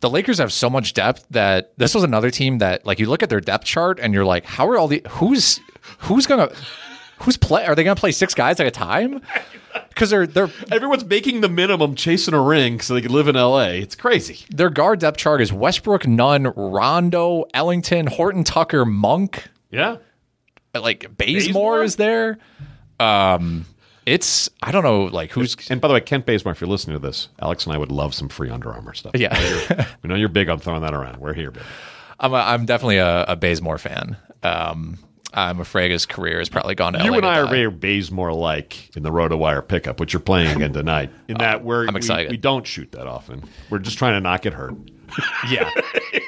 E: The Lakers have so much depth that this was another team that, like, you look at their depth chart and you're like, how are all the who's who's going to who's play? Are they going to play six guys at a time? Because they're they're
G: Everyone's making the minimum, chasing a ring so they could live in L.A. It's crazy.
E: Their guard depth chart is Westbrook, Nunn, Rondo, Ellington, Horton Tucker, Monk.
G: Yeah,
E: Like
G: Bazemore?
E: Bazemore is there. Um, it's I don't know like who's
G: And by the way, Kent Bazemore, if you're listening to this, Alex and I would love some free Under Armour stuff.
E: yeah.
G: we know you're big on throwing that around. We're here, baby.
E: I'm a, I'm definitely a, a Bazemore fan. Um, I'm afraid his career has probably gone to
G: You
E: LA
G: and
E: to
G: I are
E: die.
G: very Bazemore like in the Road to Wire pickup, which you're playing again tonight.
E: *laughs*
G: In that we're
E: I'm
G: we-
E: excited.
G: We, don't shoot that often. We're just trying to not get hurt.
E: *laughs* yeah.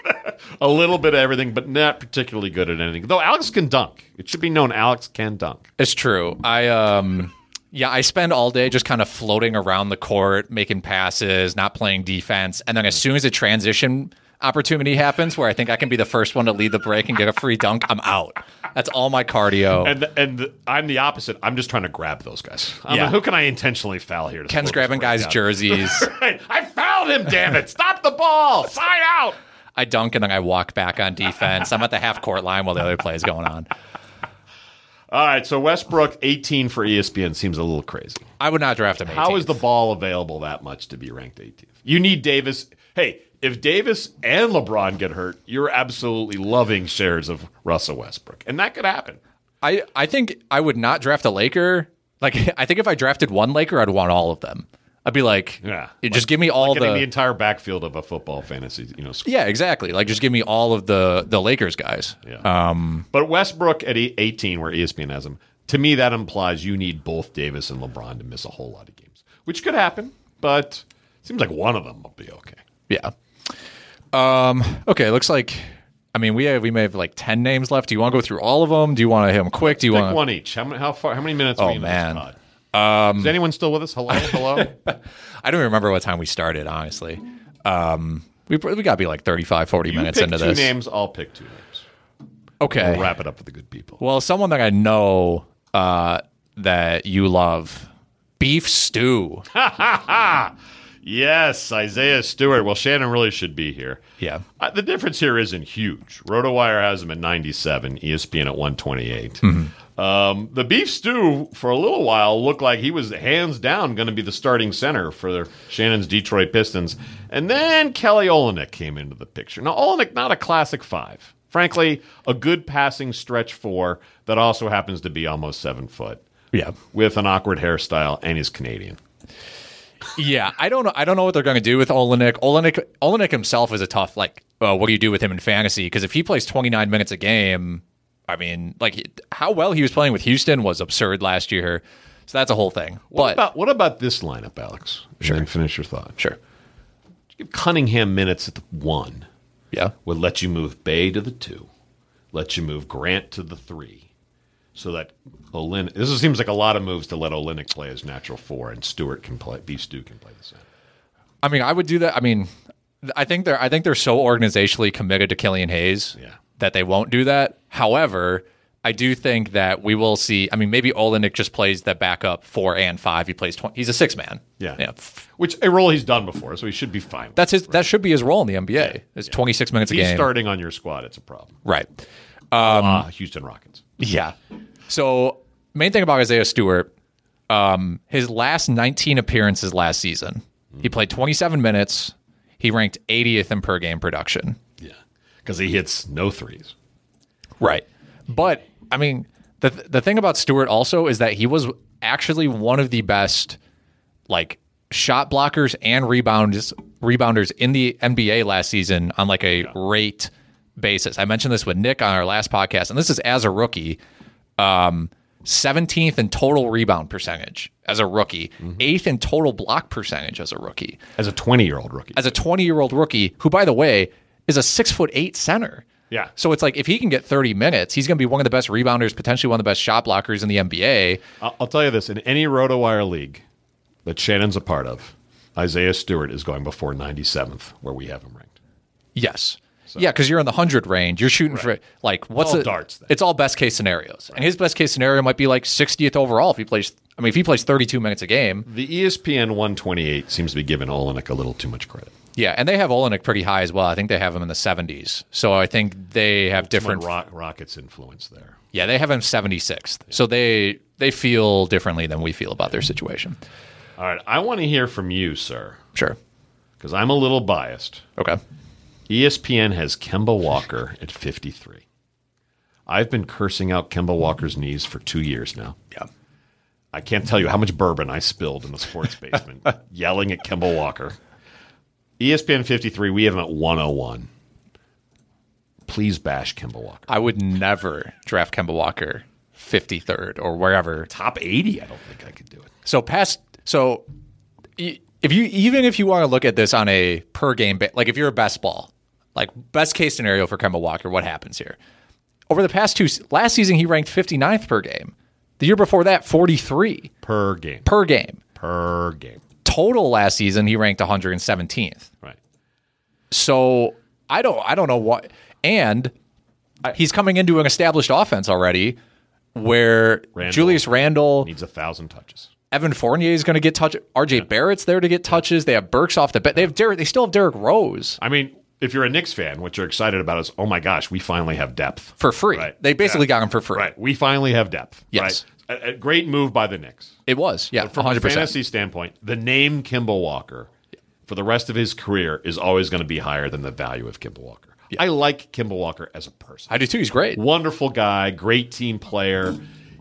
G: *laughs* A little bit of everything, but not particularly good at anything. Though Alex can dunk. It should be known Alex can dunk.
E: It's true. I um yeah, I spend all day just kind of floating around the court, making passes, not playing defense, and then as soon as a transition opportunity happens where I think I can be the first one to lead the break and get a free dunk, I'm out. That's all my cardio.
G: And and I'm the opposite. I'm just trying to grab those guys. I'm
E: Yeah.
G: like, who can I intentionally foul here? To slow
E: Ken's
G: this
E: grabbing
G: break
E: guys'
G: down?" *laughs*
E: jerseys.
G: Right. I fouled him, damn it. Stop the ball. Side out.
E: I dunk and then I walk back on defense. I'm at the half court line while the other play is going on.
G: All right, so Westbrook 18 for E ESPN seems a little crazy.
E: I would not draft him. 18th.
G: How is the ball available that much to be ranked 18th? You need Davis. Hey, if Davis and LeBron get hurt, you're absolutely loving shares of Russell Westbrook, and that could happen.
E: I, I think I would not draft a Laker. Like *laughs* I think if I drafted one Laker, I'd want all of them. I'd be like,
G: Yeah,
E: you just give me all
G: Getting the
E: the,
G: entire backfield of a football fantasy, you know. squ-
E: yeah, exactly. Like just give me all of the the Lakers guys. Um,
G: Yeah. But Westbrook at e- 18, where ESPN has him, to me that implies you need both Davis and LeBron to miss a whole lot of games, which could happen. But it seems like one of them will be okay.
E: Yeah. Um. Okay. Looks like. I mean, we have we may have like ten names left. Do you want to go through all of them? Do you want to hit them quick? Do you
G: Pick
E: want
G: one each. How many? How far? How many minutes?
E: Oh,
G: are we in
E: man.
G: This pod? Is anyone still with us? Hello, hello.
E: *laughs* I don't even remember what time we started, honestly. Um, we we got to be like 35, 40
G: you pick
E: minutes
G: two
E: into this.
G: names. I'll pick two names.
E: Okay.
G: We'll wrap it up for the good people.
E: Well, someone that I know uh, that you love,
G: *laughs*
E: beef stew.
G: Yes, Isaiah Stewart. Well, Shannon really should be here.
E: Yeah.
G: Uh, the difference here isn't huge. RotoWire has him at E 97, ESPN at 128.
E: Mm-hmm.
G: Um, the beef stew for a little while looked like he was hands down going to be the starting center for Shannon's Detroit Pistons, and then Kelly Olenek came into the picture. Now Olenek, not a classic five, frankly, a good passing stretch four that also happens to be almost seven foot
E: Yeah.
G: with an awkward hairstyle and is Canadian.
E: Yeah, I don't know. I don't know what they're going to do with Olenek. Olenek. Olenek himself is a tough. Like, uh, what do you do with him in fantasy? Because if he plays 29 minutes a game, I mean, like how well he was playing with Houston was absurd last year. So that's a whole thing.
G: What
E: but
G: about what about this lineup, Alex? Sure. And then finish your thought.
E: sure,
G: Give Cunningham minutes at the one.
E: yeah,
G: Would let you move Bay to the two. Let you move Grant to the three. So that Olin this is- seems like a lot of moves to let Olinick play his natural four and Stewart can play Beef Stew can play the center.
E: I mean, I would do that. I mean, th- I think they're I think they're so organizationally committed to Killian Hayes
G: Yeah.
E: that they won't do that. However, I do think that we will see. I mean, maybe Olenek just plays the backup four and five. He plays 20. He's a six man.
G: Yeah.
E: yeah. F-
G: Which a role he's done before, so he should be fine. with
E: That's
G: it.
E: his. That should be his role in the NBA. It's 26 minutes
G: if
E: a
G: he's
E: game.
G: starting on your squad, it's a problem.
E: right.
G: ah, Houston Rockets.
E: Yeah. So main thing about Isaiah Stewart, um, his last 19 appearances last season, he played 27 minutes. He ranked 80th in per game production.
G: Yeah. Because he hits no threes.
E: Right. But I mean, the the thing about Stewart also is that he was actually one of the best like shot blockers and rebounders rebounders in the NBA last season on like a rate basis. I mentioned this with Nick on our last podcast, and this is as a rookie. Um 17th in total rebound percentage as a rookie, 8th in total block percentage as a rookie
G: As a twenty year old rookie.
E: as a 20 year old rookie who by the way is a six foot eight center
G: Yeah.
E: so it's like if he can get 30 minutes he's going to be one of the best rebounders potentially one of the best shot blockers in the nba
G: I'll, I'll tell you this: in any RotoWire league that Shannon's a part of, Isaiah Stewart is going before 97th, where we have him ranked.
E: yes yeah because you're in the 100 range you're shooting for like what's
G: all
E: a-
G: darts then.
E: it's all best case scenarios and his best case scenario might be like 60th overall if he plays i mean if he plays 32 minutes a game
G: The E ESPN 128 seems to be giving Olenek a little too much credit.
E: yeah and they have olenek pretty high as well i think they have him in the 70s so i think they have different
G: Different rock, Rockets influence there.
E: Yeah, they have him 76th. So they they feel differently than we feel about their situation.
G: All right, I want to hear from you, sir,
E: Sure.
G: because I'm a little biased. E
E: Okay.
G: ESPN has Kemba Walker at 53. I've been cursing out Kemba Walker's knees for two years now.
E: Yeah.
G: I can't tell you how much bourbon I spilled in the
E: *laughs*
G: sports basement yelling at Kemba Walker. E ESPN 53, we have him at 101. Please bash Kemba Walker.
E: I would never draft Kemba Walker 53rd or wherever.
G: Top 80, I don't think I could do it.
E: So past so e- if you even if you want to look at this on a per game ba- like if you're a best ball, like best case scenario for Kemba Walker, what happens here? Over the past two s- last season he ranked 59th per game. The year before that 43
G: Per game.
E: per game.
G: Per game.
E: Total last season he ranked 117th.
G: Right.
E: So I don't I don't know what and he's coming into an established offense already where
G: Randle.
E: Julius Randle,
G: Needs a 1,000 touches.
E: Evan Fournier is going to get touch. RJ Barrett's there to get touches. They have Burks off the bet. They have Derek. They still have Derek Rose
G: I mean, if you're a Knicks fan, what you're excited about is, oh my gosh, we finally have depth.
E: for free.
G: Right.
E: They basically
G: Yeah.
E: got him for free.
G: Right. We finally have depth.
E: Yes.
G: Right. A, a great move by the Knicks.
E: It was yeah,
G: From a
E: hundred percent.
G: fantasy standpoint, the name Kimball Walker for the rest of his career is always going to be higher than the value of Kimball Walker. I like Kimball Walker as a person.
E: I do too. He's great.
G: Wonderful guy, great team player.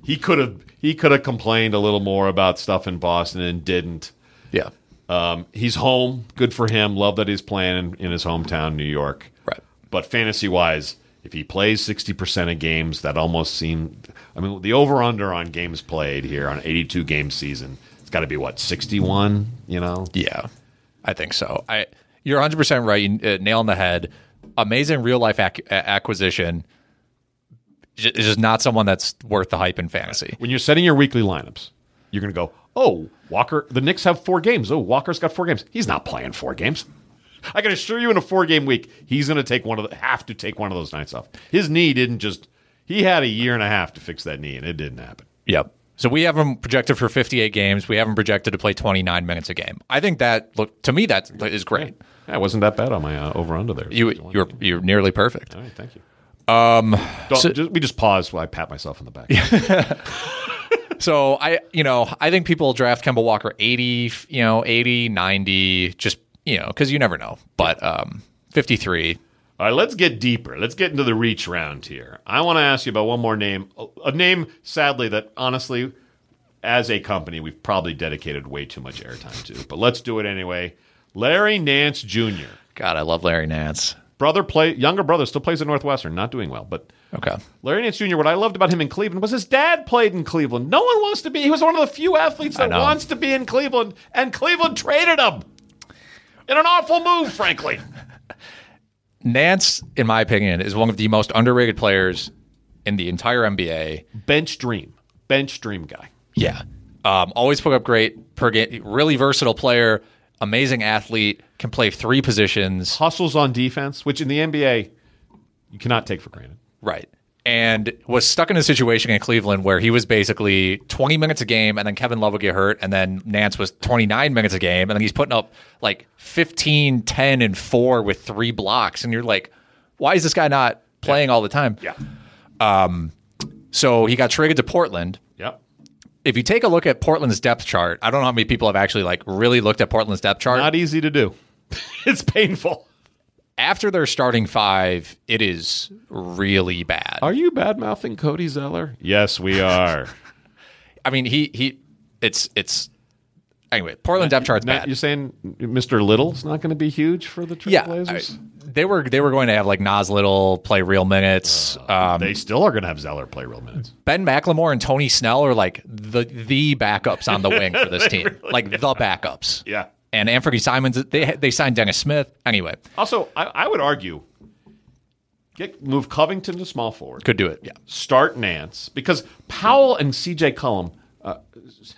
G: He could have he could have complained a little more about stuff in Boston and didn't.
E: Yeah.
G: Um, he's home. Good for him. Love that he's playing in, in his hometown, New York.
E: Right.
G: But fantasy wise, if he plays sixty percent of games, that almost seemed. I mean, the over under on games played here on eighty two game season, it's got to be what sixty one. You know.
E: Yeah, I think so. I you're 100 percent right. You, uh, nail on the head. Amazing real life ac- a- acquisition. J- Is just not someone that's worth the hype in fantasy.
G: When you're setting your weekly lineups, you're going to go, oh, Walker. The Knicks have four games. Oh, Walker's got four games. He's not playing four games. I can assure you, in a four game week, he's going to take one of the, have to take one of those nights off. His knee didn't just. He had a year and a half to fix that knee, and it didn't happen.
E: Yep. So we have him projected for 58 games. We have him projected to play 29 minutes a game. I think that look to me that is great.
G: Yeah, it wasn't that bad on my uh, over under there.
E: You you're you're nearly perfect.
G: All right, thank you. Um, just, we just pause while I pat myself on the back.
E: So I, you know, I think people draft Kemba Walker 80, you know, 80, 90, just, you know, cuz you never know. But um 53
G: All right, let's get deeper. Let's get into the reach round here. I want to ask you about one more name, a- a name sadly that honestly, as a company, we've probably dedicated way too much airtime to. But let's do it anyway. Larry Nance Jr.
E: God, I love Larry Nance.
G: Brother play younger brother still plays at Northwestern, not doing well, but
E: Okay.
G: Larry Nance Jr., what I loved about him in Cleveland was his dad played in Cleveland. No one wants to be. He was one of the few athletes that
E: know.
G: wants to be in Cleveland, and Cleveland traded him. In an awful move, frankly.
E: Nance in my opinion is one of the most underrated players in the entire NBA.
G: Bench dream. Bench dream guy.
E: Yeah. Um, always put up great per game, really versatile player, amazing athlete, can play three positions.
G: Hustles on defense, which in the NBA, you cannot take for granted.
E: Right. And was stuck in a situation in Cleveland where he was basically 20 minutes a game, and then Kevin Love would get hurt, and then Nance was 29 minutes a game, and then he's putting up like 15, 10, and four with three blocks. And you're like, why is this guy not playing all the time? Um,
G: Yeah.
E: So he got traded to Portland.
G: Yep.
E: If you take a look at Portland's depth chart, I don't know how many people have actually like really looked at Portland's depth chart.
G: Not easy to do. *laughs* it's painful.
E: After their starting five, it is really bad.
G: Are you bad mouthing Cody Zeller? Yes, we *laughs* are.
E: I mean, he he, it's it's. Anyway, Portland depth chart's
G: Now,
E: bad.
G: you're saying Mr. Little's not going to be huge for the Trailblazers?
E: yeah, I- they were they were going to have like Nas Little play real minutes. um,
G: Oh, they still are going to have Zeller play real minutes.
E: ben McLemore and Tony Snell are like the the backups on the wing
G: *laughs*
E: for this team, like the backups.
G: Yeah.
E: and Anthony Simons they they signed Dennis Smith. Anyway,
G: *laughs* Also, I, I would argue get move Covington to small forward.
E: could do it. Yeah,
G: Start Nance because Powell and C.J. Cullum uh,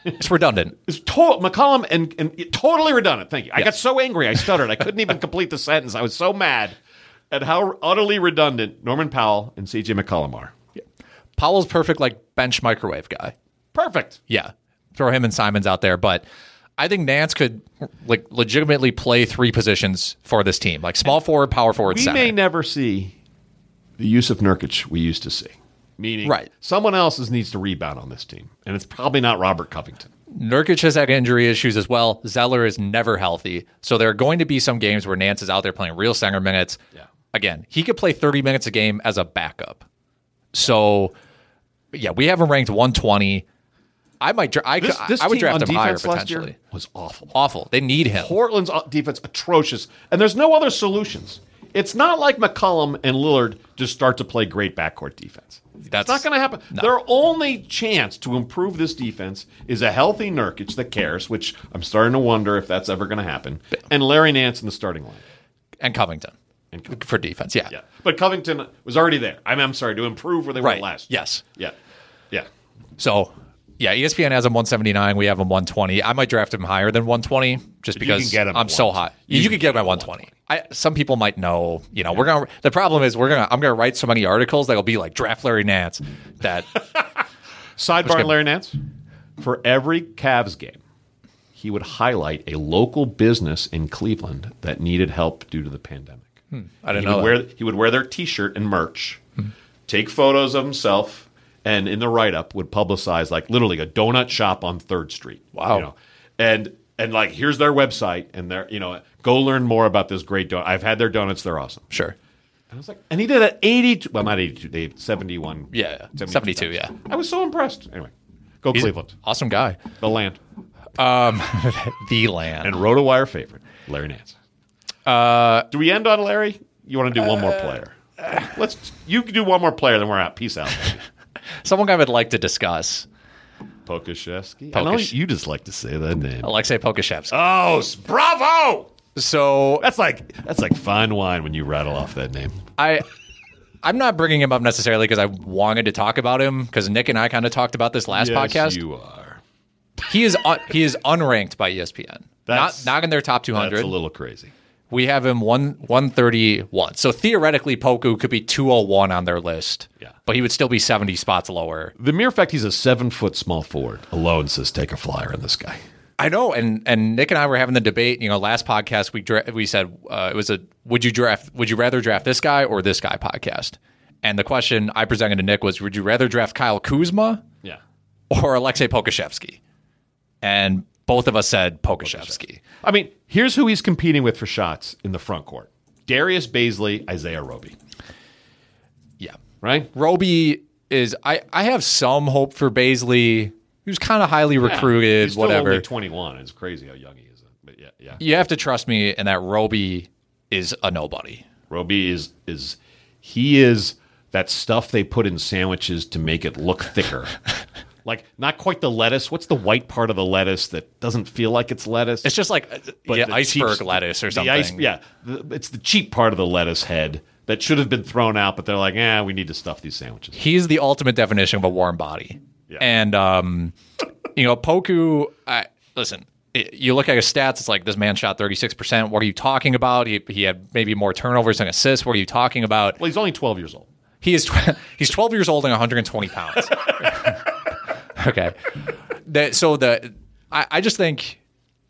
E: it's redundant.
G: is to- McCollum and, and totally redundant. Thank you. I
E: Yes.
G: got so angry I stuttered. I couldn't even complete the sentence. I was so mad at how utterly redundant Norman Powell and C.J. McCollum are.
E: Powell's perfect like bench microwave guy.
G: Perfect.
E: Yeah, throw him and Simons out there, but. I think Nance could like legitimately play three positions for this team, like small forward, power forward,
G: We
E: center.
G: may never see the use of Nurkic we used to see. Meaning,
E: Right.
G: someone else is- needs to rebound on this team, and it's probably not Robert Covington.
E: Nurkic has had injury issues as well. Zeller is never healthy. So there are going to be some games where Nance is out there playing real center minutes.
G: Yeah.
E: Again, he could play 30 minutes a game as a backup. So, yeah, we have him ranked 120. I might, dra- I,
G: This,
E: could-
G: this
E: I would
G: team on
E: draft him higher
G: defense last
E: potentially.
G: year was awful.
E: Awful. They need him.
G: Portland's defense atrocious, and there's no other solutions. It's not like McCollum and Lillard just start to play great backcourt defense.
E: That's-
G: That's not going to happen.
E: no.
G: Their only chance to improve this defense is a healthy Nurkic that cares, which I'm starting to wonder if that's ever going to happen, and Larry Nance in the starting line.
E: And Covington.
G: And Covington.
E: For defense, yeah.
G: Yeah, but Covington was already there. I'm, I'm sorry to improve where they
E: Right.
G: were last. year.
E: Yes.
G: Yeah. Yeah.
E: So, yeah, E ESPN has him 179. We have him 120. I might draft him higher than 120 just
G: But you
E: because
G: can get him at
E: I'm so
G: 120.
E: hot. You, you could get him at 120. I, some people might know. You know, we're gonna. The problem is we're gonna. I'm gonna write so many articles that'll be like draft Larry Nance.
G: *laughs*
E: That
G: Sidebar
E: good.
G: Larry Nance. For every Cavs game, he would highlight a local business in Cleveland that needed help due to the pandemic.
E: Hmm, I didn't
G: he
E: know.
G: Would
E: that. Hmm.
G: wear, he would wear their T-shirt and merch, take photos of himself, and in the write-up would publicize like literally a donut shop on Third Street.
E: Wow.
G: You know? And and like here's their website and their you know go learn more about this great donut. I've had their donuts; they're awesome.
E: Sure.
G: And I was like, and he did it at 82. Well, not 82, Dave, 71.
E: Yeah, 72, yeah.
G: I was so impressed. Anyway, go
E: He's an
G: Cleveland,
E: Awesome guy.
G: the land,
E: Um, the land.
G: and RotoWire favorite Larry Nance. Uh, do we end on Larry? You want to do one
E: Uh,
G: more player? Let's. You can do one more player, then we're out. Peace out.
E: *laughs* Someone I would like to discuss.
G: Pokashevsky. I know
E: Pokash-
G: you just like to say that name.
E: Alexei Pokashevsky.
G: Oh, s- bravo!
E: so
G: That's like that's like fine wine when you rattle off that name.
E: I I'm not bringing him up necessarily because I wanted to talk about him because Nick and I kind of talked about this last podcast.
G: you are.
E: He is un- he is unranked by E ESPN.
G: That's-
E: not not in their top
G: That's
E: 200.
G: a little crazy.
E: we have him one 131. So theoretically, Poku could be 201 on their list.
G: Yeah.
E: but he would still be 70 spots lower.
G: The mere fact he's a seven foot small forward alone says take a flyer on this guy.
E: I know, and and Nick and I were having the debate. You know, last podcast we dra- we said uh, it was a would you draft would you rather draft this guy or this guy podcast, and the question I presented to Nick was would you rather draft Kyle Kuzma
G: Yeah.
E: or Alexei Pokashevsky, and both of us said Pokashevsky.
G: I mean, here's who he's competing with for shots in the front court Darius Baisley, Isaiah Roby,
E: Yeah,
G: right?
E: Roby is I I have some hope for Baisley. He was kind of highly recruited,
G: He's still
E: whatever.
G: only 21. It's crazy how young he is. But yeah, yeah.
E: you have to trust me in that Roby is a nobody.
G: Roby is is he is that stuff they put in sandwiches to make it look
E: *laughs*
G: thicker. like not quite the lettuce. What's the white part of the lettuce that doesn't feel like it's lettuce?
E: It's just like uh,
G: But
E: yeah,
G: the
E: iceberg
G: cheap-
E: lettuce or
G: the
E: something.
G: ice- yeah, the- it's the cheap part of the lettuce head that should have been thrown out, but they're like, eh, we need to stuff these sandwiches.
E: he's the ultimate definition of a warm body.
G: Yeah.
E: And um, you know, Poku. I, listen, it, you look at his stats. It's like this man shot thirty six percent. What are you talking about? He he had maybe more turnovers than assists. What are you talking about?
G: Well, he's only 12 years old.
E: He is tw- *laughs* he's twelve years old and one hundred and twenty pounds. *laughs* okay, that, so the I, I just think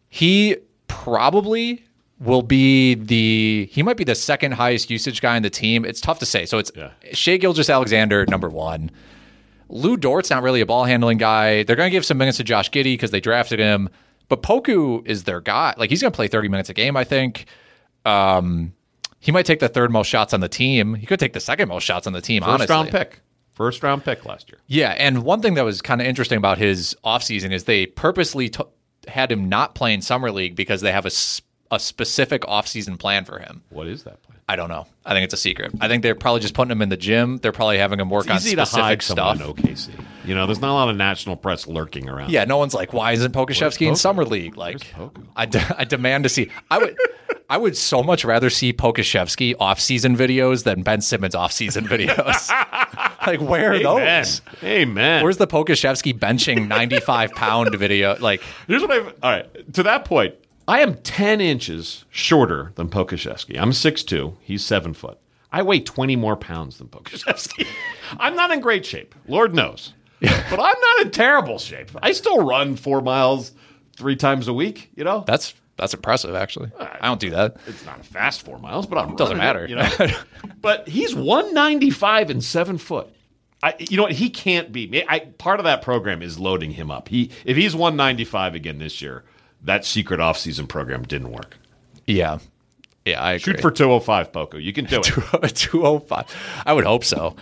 E: he probably will be the he might be the second highest usage guy in the team. It's tough to say. So it's
G: Yeah.
E: Shea Gilgis Alexander number one. Lou Dort's not really a ball handling guy. They're going to give some minutes to Josh Giddy because they drafted him, but Poku is their guy. Like he's going to play thirty minutes a game. I think. Um, he might take the third most shots on the team. He could take the second most shots on the team.
G: First
E: honestly,
G: round pick. First round pick last year.
E: yeah, and one thing that was kind of interesting about his offseason is they purposely t- had him not play in summer league because they have a, s- a specific offseason plan for him.
G: What is that plan?
E: I don't know. I think it's a secret. I think they're probably just putting him in the gym. They're probably having him work
G: It's easy
E: on
G: to
E: specific
G: hide
E: stuff.
G: someone in OKC. You know, there's not a lot of national press lurking around.
E: Yeah, no one's like, why isn't Pokashevsky in
G: Poku?
E: summer league? Like,
G: Where's Poku?
E: I, de- I demand to see. I would, I would so much rather see Pokashevsky offseason videos than Ben Simmons offseason
G: *laughs*
E: videos. like, where are
G: Amen.
E: those?
G: Amen.
E: *laughs* Where's the Pokashevsky benching 95 pound video? Like,
G: Here's what I've. All right. To that point, I am 10 inches shorter than Pokashevsky. I'm 6'2. He's 7 foot. I weigh 20 more pounds than Pokashevsky. *laughs* I'm not in great shape. Lord knows. but I'm not in terrible shape. I still run four miles three times a week, you know?
E: That's that's impressive, actually.
G: Uh,
E: I don't do that.
G: it's not a fast four miles, but I'm
E: Doesn't
G: running it,
E: matter.
G: you know? *laughs* but he's 195 and seven foot. I, you know what? He can't be. May- I, part of that program is loading him up. He if he's 195 again this year, that secret offseason program didn't work.
E: Yeah, yeah, I agree.
G: Shoot for 205, Poco. You can
E: *laughs*
G: do it.
E: 205. I would hope so.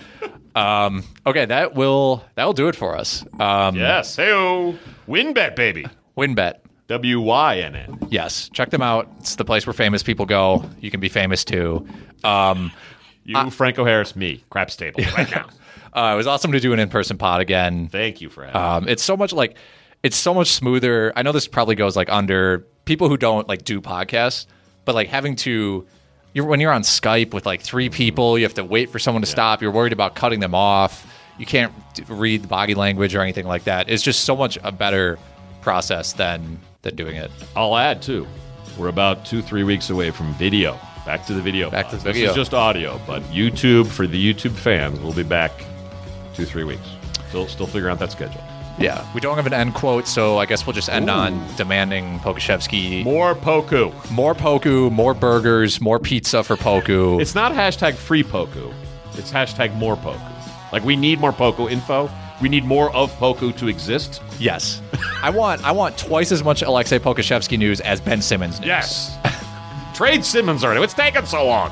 E: Um, okay, that will that will do it for us. Um,
G: yes. Hey, win bet, baby.
E: Win bet.
G: W Y N N.
E: Yes, check them out. It's the place where famous people go. You can be famous too. Um,
G: You, Franco Harris, me, craps table right
E: *laughs*
G: now.
E: uh, it was awesome to do an in person pod again.
G: Thank you for having. me.
E: Um, it's so much like it's so much smoother. I know this probably goes like under people who don't like do podcasts, but like having to you're when you're on Skype with like three people, you have to wait for someone to stop. You're worried about cutting them off. You can't d- read the body language or anything like that. It's just so much a better process than than doing it.
G: I'll add too. We're about two, three weeks away from video. Back to the video.
E: Back to the
G: pod.
E: video.
G: This is just audio, but YouTube for the YouTube fans, we'll be back two, three weeks. Still, still figuring out that schedule.
E: Yeah, we don't have an end quote, so I guess we'll just end on demanding Pokashevsky
G: More Poku.
E: more Poku, more burgers, more pizza for Poku.
G: It's not hashtag free Poku. It's hashtag more Poku. Like we need more Poku info. We need more of Poku to exist.
E: Yes. *laughs* I want I want twice as much Alexei Pokashevsky news as Ben Simmons news.
G: Yes. *laughs* Trade Simmons already. What's taking so long?